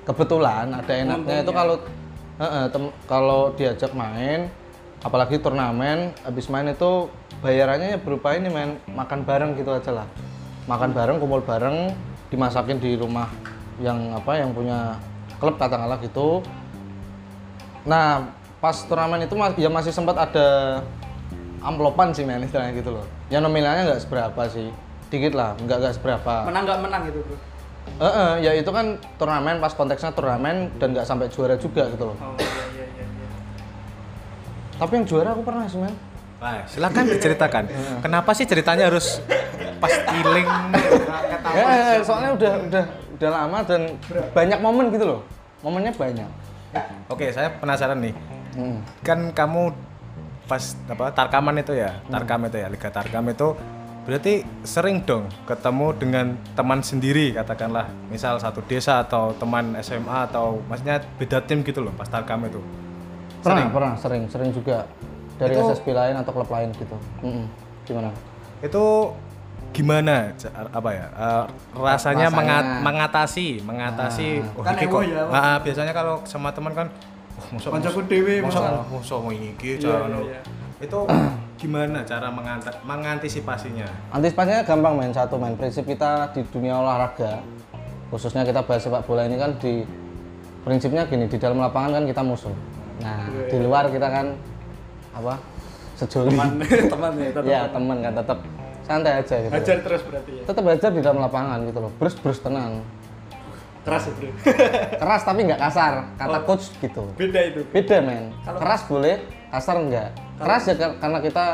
Speaker 3: Kebetulan ada enaknya itu kalau eh, eh, tem- kalau diajak main, apalagi turnamen, habis main itu bayarannya ya berupa ini main makan bareng gitu aja lah. Makan bareng, kumpul bareng, dimasakin di rumah yang apa yang punya klub katakanlah gitu Nah, pas turnamen itu mas- ya masih sempat ada amplopan sih men istilahnya gitu loh. Ya nominalnya nggak seberapa sih, dikit lah, nggak nggak seberapa.
Speaker 2: menang nggak menang gitu bro
Speaker 3: Eh, eh, ya itu kan turnamen pas konteksnya turnamen dan nggak sampai juara juga gitu loh.
Speaker 2: oh iya iya iya
Speaker 3: Tapi yang juara aku pernah sih men.
Speaker 1: Nah, silakan diceritakan.
Speaker 3: Iya.
Speaker 1: Kenapa sih ceritanya harus pas iling?
Speaker 3: Ya, ya, ya, soalnya udah udah udah lama dan banyak momen gitu loh. Momennya banyak.
Speaker 1: Oke, saya penasaran nih.
Speaker 3: Hmm.
Speaker 1: Kan kamu pas apa Tarkaman itu ya, Tarkam itu ya, Liga Tarkam itu berarti sering dong ketemu dengan teman sendiri katakanlah misal satu desa atau teman SMA atau maksudnya beda tim gitu loh pas Tarkam itu.
Speaker 3: Pernah, pernah, sering, sering juga dari
Speaker 1: Itu-
Speaker 3: SSP lain atau klub lain gitu. Mm-mm. Gimana?
Speaker 1: Itu gimana ca- apa ya eh, rasanya, menga- mengatasi mengatasi oh,
Speaker 2: Kan
Speaker 1: iki
Speaker 2: ewo
Speaker 1: kok
Speaker 2: ya, Wak.
Speaker 1: Ah, biasanya kalau sama teman kan oh, mosok
Speaker 2: Koncoku dhewe,
Speaker 1: mosok
Speaker 2: mosok.
Speaker 1: mosok mau iki
Speaker 2: Iya,
Speaker 1: cara
Speaker 2: iya,
Speaker 1: no.
Speaker 2: iya.
Speaker 1: itu gimana cara menganta- mengantisipasinya
Speaker 3: Antisipasinya gampang main satu main prinsip kita di dunia olahraga khususnya kita bahas sepak bola ini kan di prinsipnya gini di dalam lapangan kan kita musuh. Nah di luar kita kan apa sejoli.
Speaker 2: teman teman ya tetap
Speaker 3: ya teman kan tetap santai aja gitu.
Speaker 2: hajar terus berarti ya
Speaker 3: Tetap aja di dalam lapangan gitu loh. Brus brus tenang.
Speaker 2: keras ya bro
Speaker 3: Keras tapi nggak kasar kata coach gitu.
Speaker 2: beda itu
Speaker 3: Beda men. Keras boleh, kasar enggak. Keras ya kar- karena kita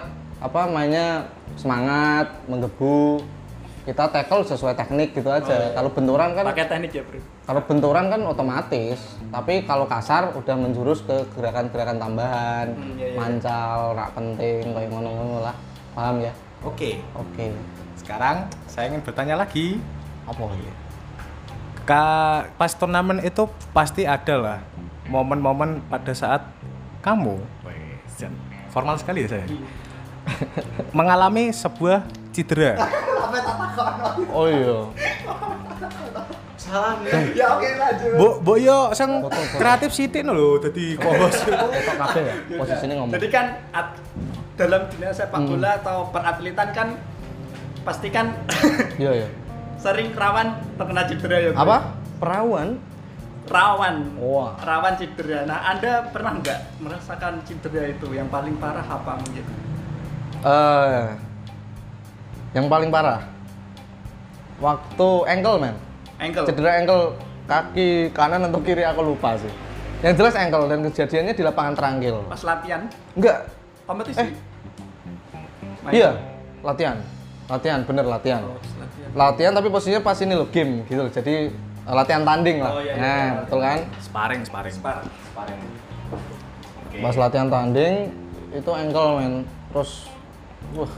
Speaker 3: apa mainnya semangat, menggebu. kita tackle sesuai teknik gitu aja. Kalau benturan kan
Speaker 2: Oh, iya. Pakai teknik ya, Bro.
Speaker 3: kalau benturan kan otomatis, tapi kalau kasar udah menjurus ke gerakan-gerakan tambahan,
Speaker 2: Hmm, iya, iya.
Speaker 3: mancal, rak penting, kayak ngono-ngono lah. Paham ya?
Speaker 1: Oke,
Speaker 3: Oke.
Speaker 1: sekarang saya ingin bertanya lagi.
Speaker 3: Apa ya?
Speaker 1: Ka, pas turnamen itu pasti ada lah momen-momen pada saat kamu weh, Jan, formal sekali ya saya mengalami sebuah cedera
Speaker 3: Oh iya.
Speaker 2: Ya oke lanjut.
Speaker 1: bu bu yo sing kreatif sitik lho dadi kobos
Speaker 3: Kok kabeh ya? Posisinya
Speaker 2: Iya,
Speaker 3: ngomong. Hmm.
Speaker 2: Jadi kan at- dalam dunia sepak bola atau peratletan kan pasti kan
Speaker 3: Iya iya.
Speaker 2: sering rawan terkena cedera ya. Bro?
Speaker 3: Apa? Perawan?
Speaker 2: Rawan.
Speaker 3: Wah.
Speaker 2: Rawan cedera. Nah, Anda pernah nggak merasakan cedera itu yang paling parah apa mungkin?
Speaker 3: Eh, yang paling parah waktu ankle man
Speaker 2: Ankle.
Speaker 3: cedera ankle kaki kanan atau kiri aku lupa sih yang jelas ankle dan kejadiannya di lapangan terangkil
Speaker 2: Pas latihan
Speaker 3: enggak
Speaker 2: kompetisi.
Speaker 3: Eh.
Speaker 2: Main.
Speaker 3: iya latihan latihan bener latihan
Speaker 2: Oh, pas latihan.
Speaker 3: latihan tapi posisinya pas ini loh game gitu loh jadi eh, latihan tanding lah
Speaker 2: Oh, iya, iya,
Speaker 3: nah
Speaker 2: iya.
Speaker 3: betul kan
Speaker 1: sparring sparring
Speaker 2: Spar.
Speaker 3: pas latihan tanding itu ankle men terus wah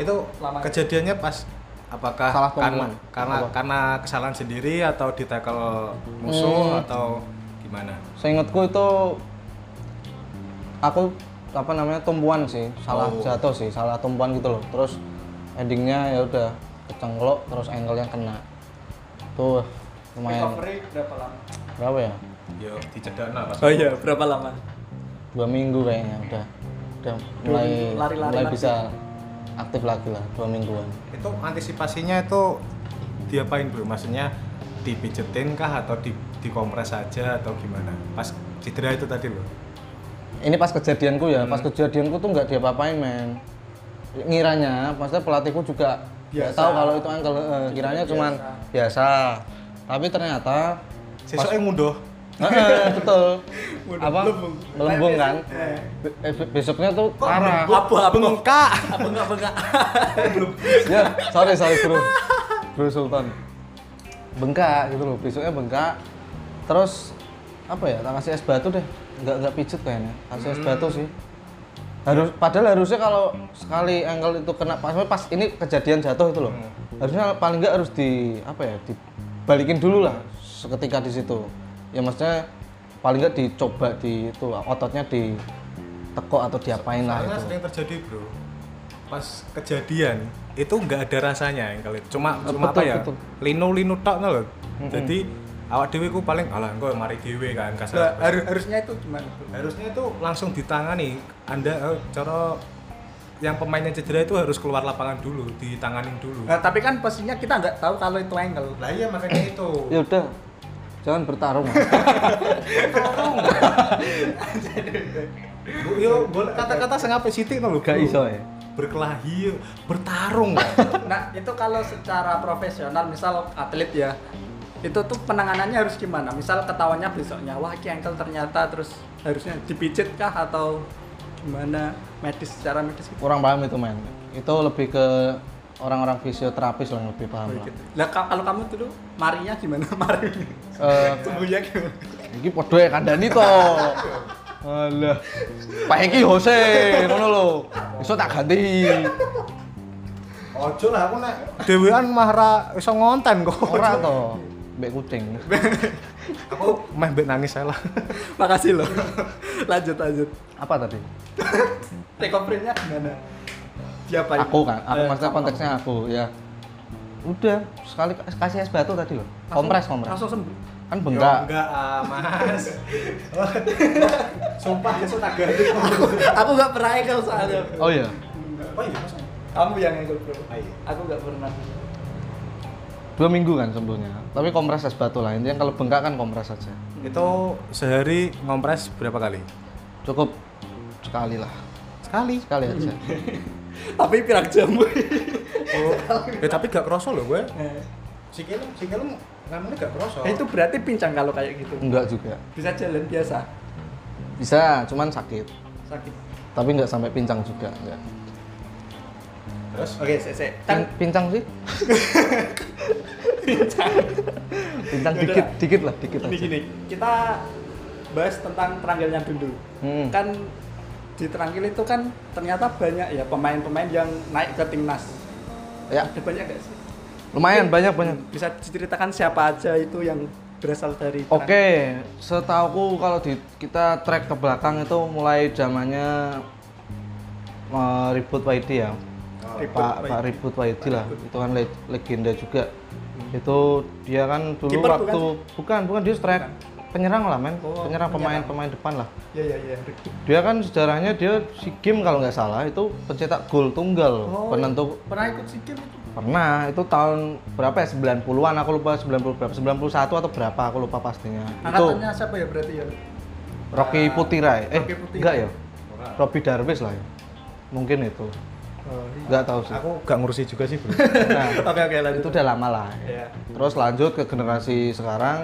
Speaker 1: itu
Speaker 2: Lama.
Speaker 1: kejadiannya pas apakah
Speaker 3: Salah
Speaker 1: karena
Speaker 3: pengumuman.
Speaker 1: karena,
Speaker 3: Apa?
Speaker 1: karena kesalahan sendiri atau ditekel musuh
Speaker 3: Hmm.
Speaker 1: atau gimana
Speaker 3: Seingatku itu aku apa namanya tumpuan sih, salah
Speaker 1: Oh.
Speaker 3: jatuh sih, salah tumpuan gitu loh. Terus endingnya ya udah kecengklok, terus angle yang kena. Tuh lumayan
Speaker 2: Recovery berapa lama?
Speaker 3: berapa ya?
Speaker 1: yo dicedekna pas
Speaker 2: Oh iya, berapa lama?
Speaker 3: Dua minggu kayaknya udah udah mulai
Speaker 2: minggu, lari-lari
Speaker 3: mulai
Speaker 2: lagi.
Speaker 3: bisa aktif lagi lah dua mingguan.
Speaker 1: itu antisipasinya itu diapain bro maksudnya dipijetin kah atau di dikompres aja atau gimana pas cedera itu tadi loh
Speaker 3: Ini pas kejadianku ya, pas kejadianku tuh nggak diapa-apain men. Ngiranya, maksudnya pelatihku juga nggak
Speaker 2: Biasa.
Speaker 3: tahu kalau itu ankle, eh, kiranya cuman biasa. Tapi ternyata
Speaker 1: sesoknya ngunduh
Speaker 3: Heeh, betul. Apa?
Speaker 2: Melembung.
Speaker 3: Melembung kan?
Speaker 2: Eh.
Speaker 3: Be- eh, be- besoknya tuh parah.
Speaker 2: Apa-apa.
Speaker 1: bengkak
Speaker 2: Apa enggak apa enggak?
Speaker 3: ya, sorry sorry bro. Bro Sultan. Bengkak gitu loh, besoknya bengkak. Terus apa ya? Tak kasih es batu deh. Enggak enggak pijet kayaknya. Kasih es batu sih. Harus padahal harusnya kalau sekali angle itu kena pas pas ini kejadian jatuh itu loh. Harusnya paling enggak harus di apa ya? Dibalikin dulu lah seketika di situ. Ya maksudnya paling enggak dicoba di itu lah, ototnya di tekuk atau diapain lah
Speaker 1: Karena
Speaker 3: itu.
Speaker 1: sering terjadi bro pas kejadian itu nggak ada rasanya yang kali cuma
Speaker 3: Eh,
Speaker 1: cuma apa
Speaker 3: betul,
Speaker 1: ya
Speaker 3: betul.
Speaker 1: linu linu tok nol jadi awak dewi ku paling alah engko mari dewe kan kasar
Speaker 2: harusnya itu gimana? Bro?
Speaker 1: harusnya itu langsung ditangani anda eh, cara yang pemainnya cedera itu harus keluar lapangan dulu ditanganin dulu
Speaker 2: Nah, tapi kan posisinya kita nggak tahu kalau itu angle.
Speaker 1: lah iya makanya itu
Speaker 3: Ya udah, jangan bertarung.
Speaker 1: Bu, yo boleh kata-kata sengape sitik nol
Speaker 3: Gak iso ya?
Speaker 1: berkelahi bertarung
Speaker 2: Nah, itu kalau secara profesional, misal atlet ya, itu tuh penanganannya harus gimana? Misal ketawanya besoknya, wah ki ankle ternyata terus harusnya dipijit kah atau gimana medis secara medis gitu.
Speaker 3: kurang paham itu men itu lebih ke orang-orang fisioterapis lah yang lebih paham lah
Speaker 2: Lah ka- kalau kamu dulu marinya gimana? Mari.
Speaker 3: Eh,
Speaker 2: Sembuhnya gimana?
Speaker 3: ini podo ya kandani to alah pak Eki Jose ngono lho iso tak ganti
Speaker 1: ojo lah aku nek dewean mahra iso ngonten kok
Speaker 3: ora to mbek kucing
Speaker 1: aku meh mbek nangis saya lah
Speaker 2: Makasih loh. lanjut lanjut.
Speaker 3: apa tadi
Speaker 2: Recovery-nya gimana? Dia apa?
Speaker 3: aku kan aku
Speaker 2: Eh,
Speaker 3: maksudnya
Speaker 2: kamu-
Speaker 3: konteksnya aku ya udah sekali kasih es batu tadi loh kompres kompres
Speaker 2: Langsung Ya, sembuh.
Speaker 3: kan bengkak
Speaker 1: enggak ah, mas sumpah itu tak ganti
Speaker 2: Aku nggak pernah ankle soalnya.
Speaker 3: oh iya
Speaker 1: oh iya mas Ah, iya.
Speaker 2: Kamu yang ankle bro.
Speaker 1: Ayo.
Speaker 2: Aku nggak pernah.
Speaker 3: dua minggu kan sembuhnya tapi kompres es batu lah intinya kalau bengkak kan kompres aja
Speaker 1: itu sehari ngompres berapa kali
Speaker 3: cukup sekali lah
Speaker 1: sekali
Speaker 3: sekali aja
Speaker 2: Tapi pirang jamu.
Speaker 1: oh. eh tapi gak kerasa loh gue Eh,
Speaker 2: Eh,
Speaker 1: sikil sikil ngomongnya gak kerasa
Speaker 2: itu berarti pincang kalau kayak gitu.
Speaker 3: enggak juga
Speaker 2: Bisa jalan biasa,
Speaker 3: bisa cuman sakit
Speaker 2: sakit.
Speaker 3: tapi nggak sampai pincang juga enggak
Speaker 1: Terus?
Speaker 2: Oke, sik sik.
Speaker 3: Pin-
Speaker 2: Kan
Speaker 3: pincang sih. pincang. pincang
Speaker 2: Yaudah.
Speaker 3: dikit, dikit lah, dikit
Speaker 2: gini
Speaker 3: aja.
Speaker 2: gini. Kita bahas tentang Tranggalnya dulu.
Speaker 3: Hmm.
Speaker 2: Kan di Trangkil itu kan ternyata banyak ya pemain-pemain yang naik ke timnas.
Speaker 3: Ya,
Speaker 2: Ada banyak gak sih?
Speaker 3: lumayan
Speaker 2: Mungkin
Speaker 3: banyak banyak.
Speaker 2: Bisa diceritakan siapa aja itu yang berasal dari Trangkil?
Speaker 3: Oke, setauku kalau di kita track ke belakang itu mulai zamannya eh, ribut Waidi ya.
Speaker 2: Ribut
Speaker 3: Pak
Speaker 2: Waidi.
Speaker 3: Pak Ribut Waidi lah, itu kan le- legenda juga. Itu dia kan dulu
Speaker 2: Hmm. Kiper
Speaker 3: waktu bukan? bukan dia strike penyerang lah men,
Speaker 2: Oh,
Speaker 3: penyerang pemain
Speaker 2: penyerang.
Speaker 3: pemain depan lah.
Speaker 2: Ya ya ya. Ribut.
Speaker 3: Dia kan sejarahnya dia si game kalau nggak salah itu pencetak gol tunggal
Speaker 2: Oh,
Speaker 3: penentu
Speaker 2: Pernah ikut SEA Games itu?
Speaker 3: pernah itu tahun berapa ya 90-an aku lupa 90 berapa 91 atau berapa aku lupa pastinya. itu
Speaker 2: Angkatannya siapa ya berarti ya?
Speaker 3: Rocky Putirai. Eh,
Speaker 2: Rocky Putirai.
Speaker 3: enggak ya?
Speaker 1: Orang.
Speaker 3: Robby Darwis lah ya. Mungkin itu.
Speaker 2: Oh, iya.
Speaker 3: Enggak tahu sih.
Speaker 1: Aku gak ngurusi juga sih, Bro.
Speaker 3: Nah,
Speaker 2: Oke oke lanjut.
Speaker 3: itu udah lama lah.
Speaker 2: Iya.
Speaker 3: Terus lanjut ke generasi sekarang.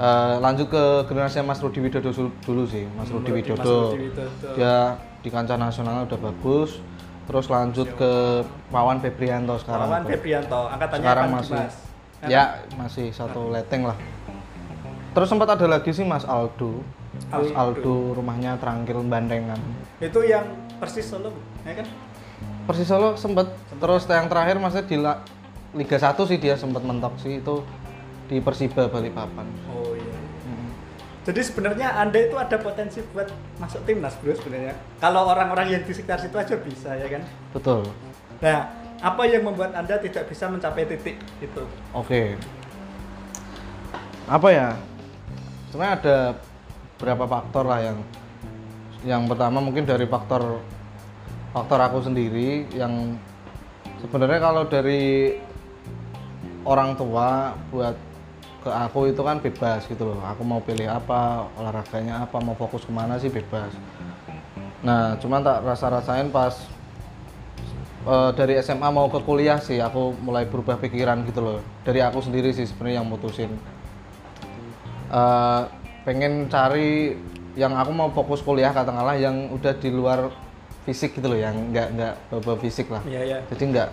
Speaker 3: Eh, lanjut ke generasi Mas Rudi Widodo sul- dulu sih, Mas Rudi
Speaker 2: Rudi- Hmm, Mas
Speaker 3: Widodo.
Speaker 2: Rudi Widodo.
Speaker 3: Dia di kancah nasional udah bagus. Terus lanjut ke Wawan Febrianto sekarang.
Speaker 2: Wawan
Speaker 3: Bro.
Speaker 2: Febrianto, angkatannya
Speaker 3: sekarang
Speaker 2: Evan
Speaker 3: masih
Speaker 2: Dimas.
Speaker 3: ya masih satu leteng lah terus sempat ada lagi sih Mas Aldo Mas
Speaker 2: Aldo.
Speaker 3: Aldo rumahnya Terangkil Bandengan
Speaker 2: Itu yang persis Solo, ya kan?
Speaker 3: Persis Solo sempat terus yang terakhir maksudnya di La- Liga 1 sih dia sempat mentok sih itu di Persiba Balikpapan
Speaker 2: Oh iya. Jadi sebenarnya Anda itu ada potensi buat masuk timnas, Bro sebenarnya. Kalau orang-orang yang di sekitar situ aja bisa, ya kan?
Speaker 3: betul
Speaker 2: Nah, apa yang membuat Anda tidak bisa mencapai titik itu?
Speaker 3: oke apa ya sebenarnya ada beberapa faktor lah yang yang pertama mungkin dari faktor faktor aku sendiri yang sebenarnya kalau dari orang tua buat ke aku itu kan bebas gitu loh aku mau pilih apa olahraganya apa mau fokus kemana sih bebas nah cuman tak rasa rasain pas eh, dari SMA mau ke kuliah sih aku mulai berubah pikiran gitu loh dari aku sendiri sih sebenarnya yang mutusin eh, pengen cari yang aku mau fokus kuliah katakanlah yang udah di luar fisik gitu loh yang nggak nggak bawa fisik lah
Speaker 2: Iya, iya.
Speaker 3: jadi nggak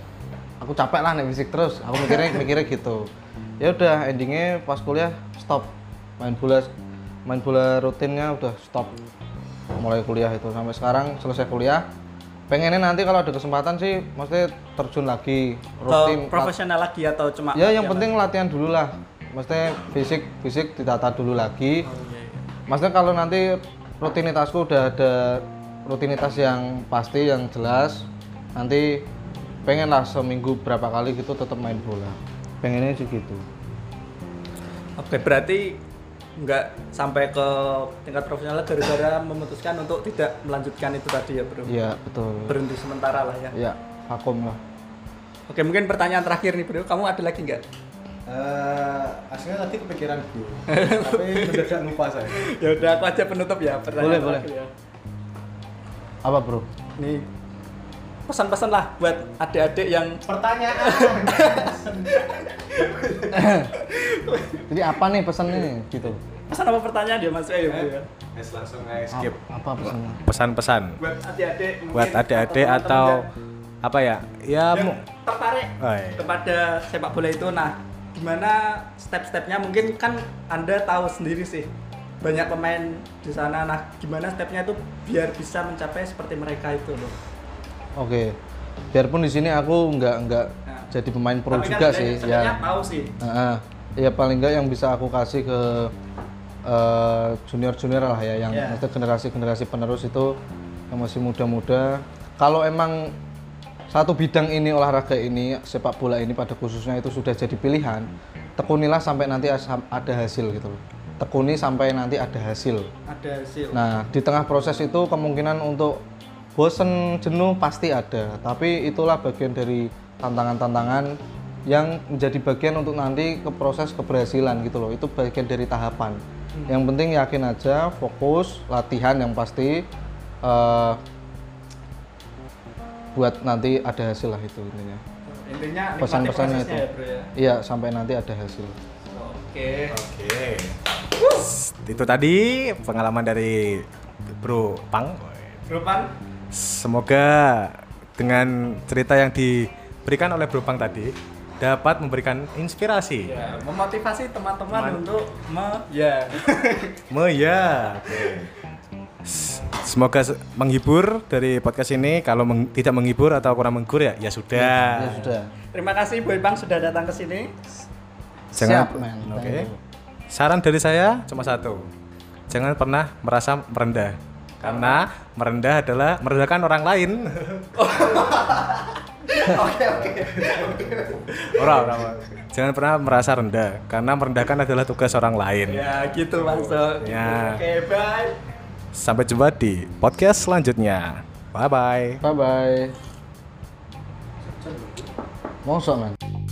Speaker 3: aku capek lah naik fisik terus aku mikirnya mikirnya gitu ya udah endingnya pas kuliah stop main bola main bola rutinnya udah stop mulai kuliah itu sampai sekarang selesai kuliah pengennya nanti kalau ada kesempatan sih maksudnya terjun lagi rutin
Speaker 2: Atau profesional lagi atau cuma
Speaker 3: ya yang penting latihan dulu lah maksudnya fisik fisik ditata dulu lagi
Speaker 2: Oh, iya, iya.
Speaker 3: maksudnya kalau nanti rutinitasku udah ada rutinitas yang pasti yang jelas nanti pengen lah seminggu berapa kali gitu tetap main bola pengennya sih gitu
Speaker 2: Oke, berarti nggak sampai ke tingkat profesional gara-gara memutuskan untuk tidak melanjutkan itu tadi ya, Bro.
Speaker 3: iya betul
Speaker 2: Berhenti sementara lah ya.
Speaker 3: iya vakum lah
Speaker 2: Oke, mungkin pertanyaan terakhir nih, Bro. Kamu ada lagi nggak?
Speaker 1: Eh, aslinya tadi kepikiran Bro. Tapi mendadak lupa saya.
Speaker 2: ya udah aku aja penutup ya pertanyaan
Speaker 3: Boleh, boleh.
Speaker 2: terakhir ya.
Speaker 3: apa bro
Speaker 2: nih pesan-pesan lah buat adik-adik yang
Speaker 1: Pertanyaan.
Speaker 3: jadi apa nih pesannya gitu
Speaker 2: pesan apa pertanyaan dia mas Ayu ya
Speaker 1: Guys, langsung guys skip.
Speaker 3: apa pesannya
Speaker 1: Pesan-pesan
Speaker 2: buat adik-adik mungkin
Speaker 1: buat adik-adik
Speaker 2: teman-teman
Speaker 1: atau apa ya? Ya
Speaker 2: yang- yang
Speaker 1: mu-
Speaker 2: tertarik
Speaker 1: Oh, iya.
Speaker 2: kepada sepak bola itu nah gimana step-stepnya mungkin kan anda tahu sendiri sih banyak pemain di sana nah gimana stepnya itu biar bisa mencapai seperti mereka itu loh
Speaker 3: oke biarpun di sini aku nggak nggak
Speaker 2: Nah.
Speaker 3: jadi pemain pro
Speaker 2: Tapi kan
Speaker 3: juga
Speaker 2: dia
Speaker 3: sih
Speaker 2: sebenarnya
Speaker 3: ya
Speaker 2: tahu sih
Speaker 3: Heeh. ya paling nggak yang bisa aku kasih ke eh, junior-junior lah ya, yang
Speaker 2: Ya.
Speaker 3: maksudnya generasi-generasi penerus itu yang masih muda-muda. Kalau emang satu bidang ini olahraga ini sepak bola ini pada khususnya itu sudah jadi pilihan, tekunilah sampai nanti as- ada hasil gitu loh. Tekuni sampai nanti ada hasil.
Speaker 2: ada sih
Speaker 3: Nah, di tengah proses itu kemungkinan untuk bosen, jenuh pasti ada. Tapi itulah bagian dari tantangan-tantangan yang menjadi bagian untuk nanti ke proses keberhasilan gitu loh. Itu bagian dari tahapan. Yang penting yakin aja, fokus, latihan yang pasti eh, buat nanti ada hasil lah itu intinya.
Speaker 2: intinya nikmati
Speaker 3: Pesan-pesannya
Speaker 2: prosesnya
Speaker 3: itu.
Speaker 2: ya, bro, ya.
Speaker 3: Iya, sampai nanti ada hasil.
Speaker 2: oke
Speaker 1: Oke. Itu tadi pengalaman dari Bro Pang.
Speaker 2: Bro Pan,
Speaker 1: Semoga dengan cerita yang diberikan oleh Bro Pang tadi dapat memberikan inspirasi.
Speaker 2: Ya, memotivasi teman-teman
Speaker 1: Teman.
Speaker 2: untuk me ya.
Speaker 1: Iya. Meya. S- Oh, Semoga se- menghibur dari podcast ini. Kalau meng- tidak menghibur atau kurang menghibur ya, ya
Speaker 3: ya
Speaker 1: sudah.
Speaker 3: sudah
Speaker 2: Terima kasih Boy Bang sudah datang ke sini.
Speaker 1: Jangan.
Speaker 3: siap men
Speaker 1: Oke.
Speaker 3: Thank you.
Speaker 1: Saran dari saya cuma satu. Jangan pernah merasa merendah. Karena merendah adalah merendahkan orang lain.
Speaker 2: Oke, oke.
Speaker 1: Orang, orang. Jangan pernah merasa rendah karena merendahkan adalah tugas orang lain.
Speaker 2: Ya, gitu maksud.
Speaker 1: Ya.
Speaker 2: Oke, bye.
Speaker 1: Sampai jumpa di podcast selanjutnya. Bye bye.
Speaker 3: bye bye mosok men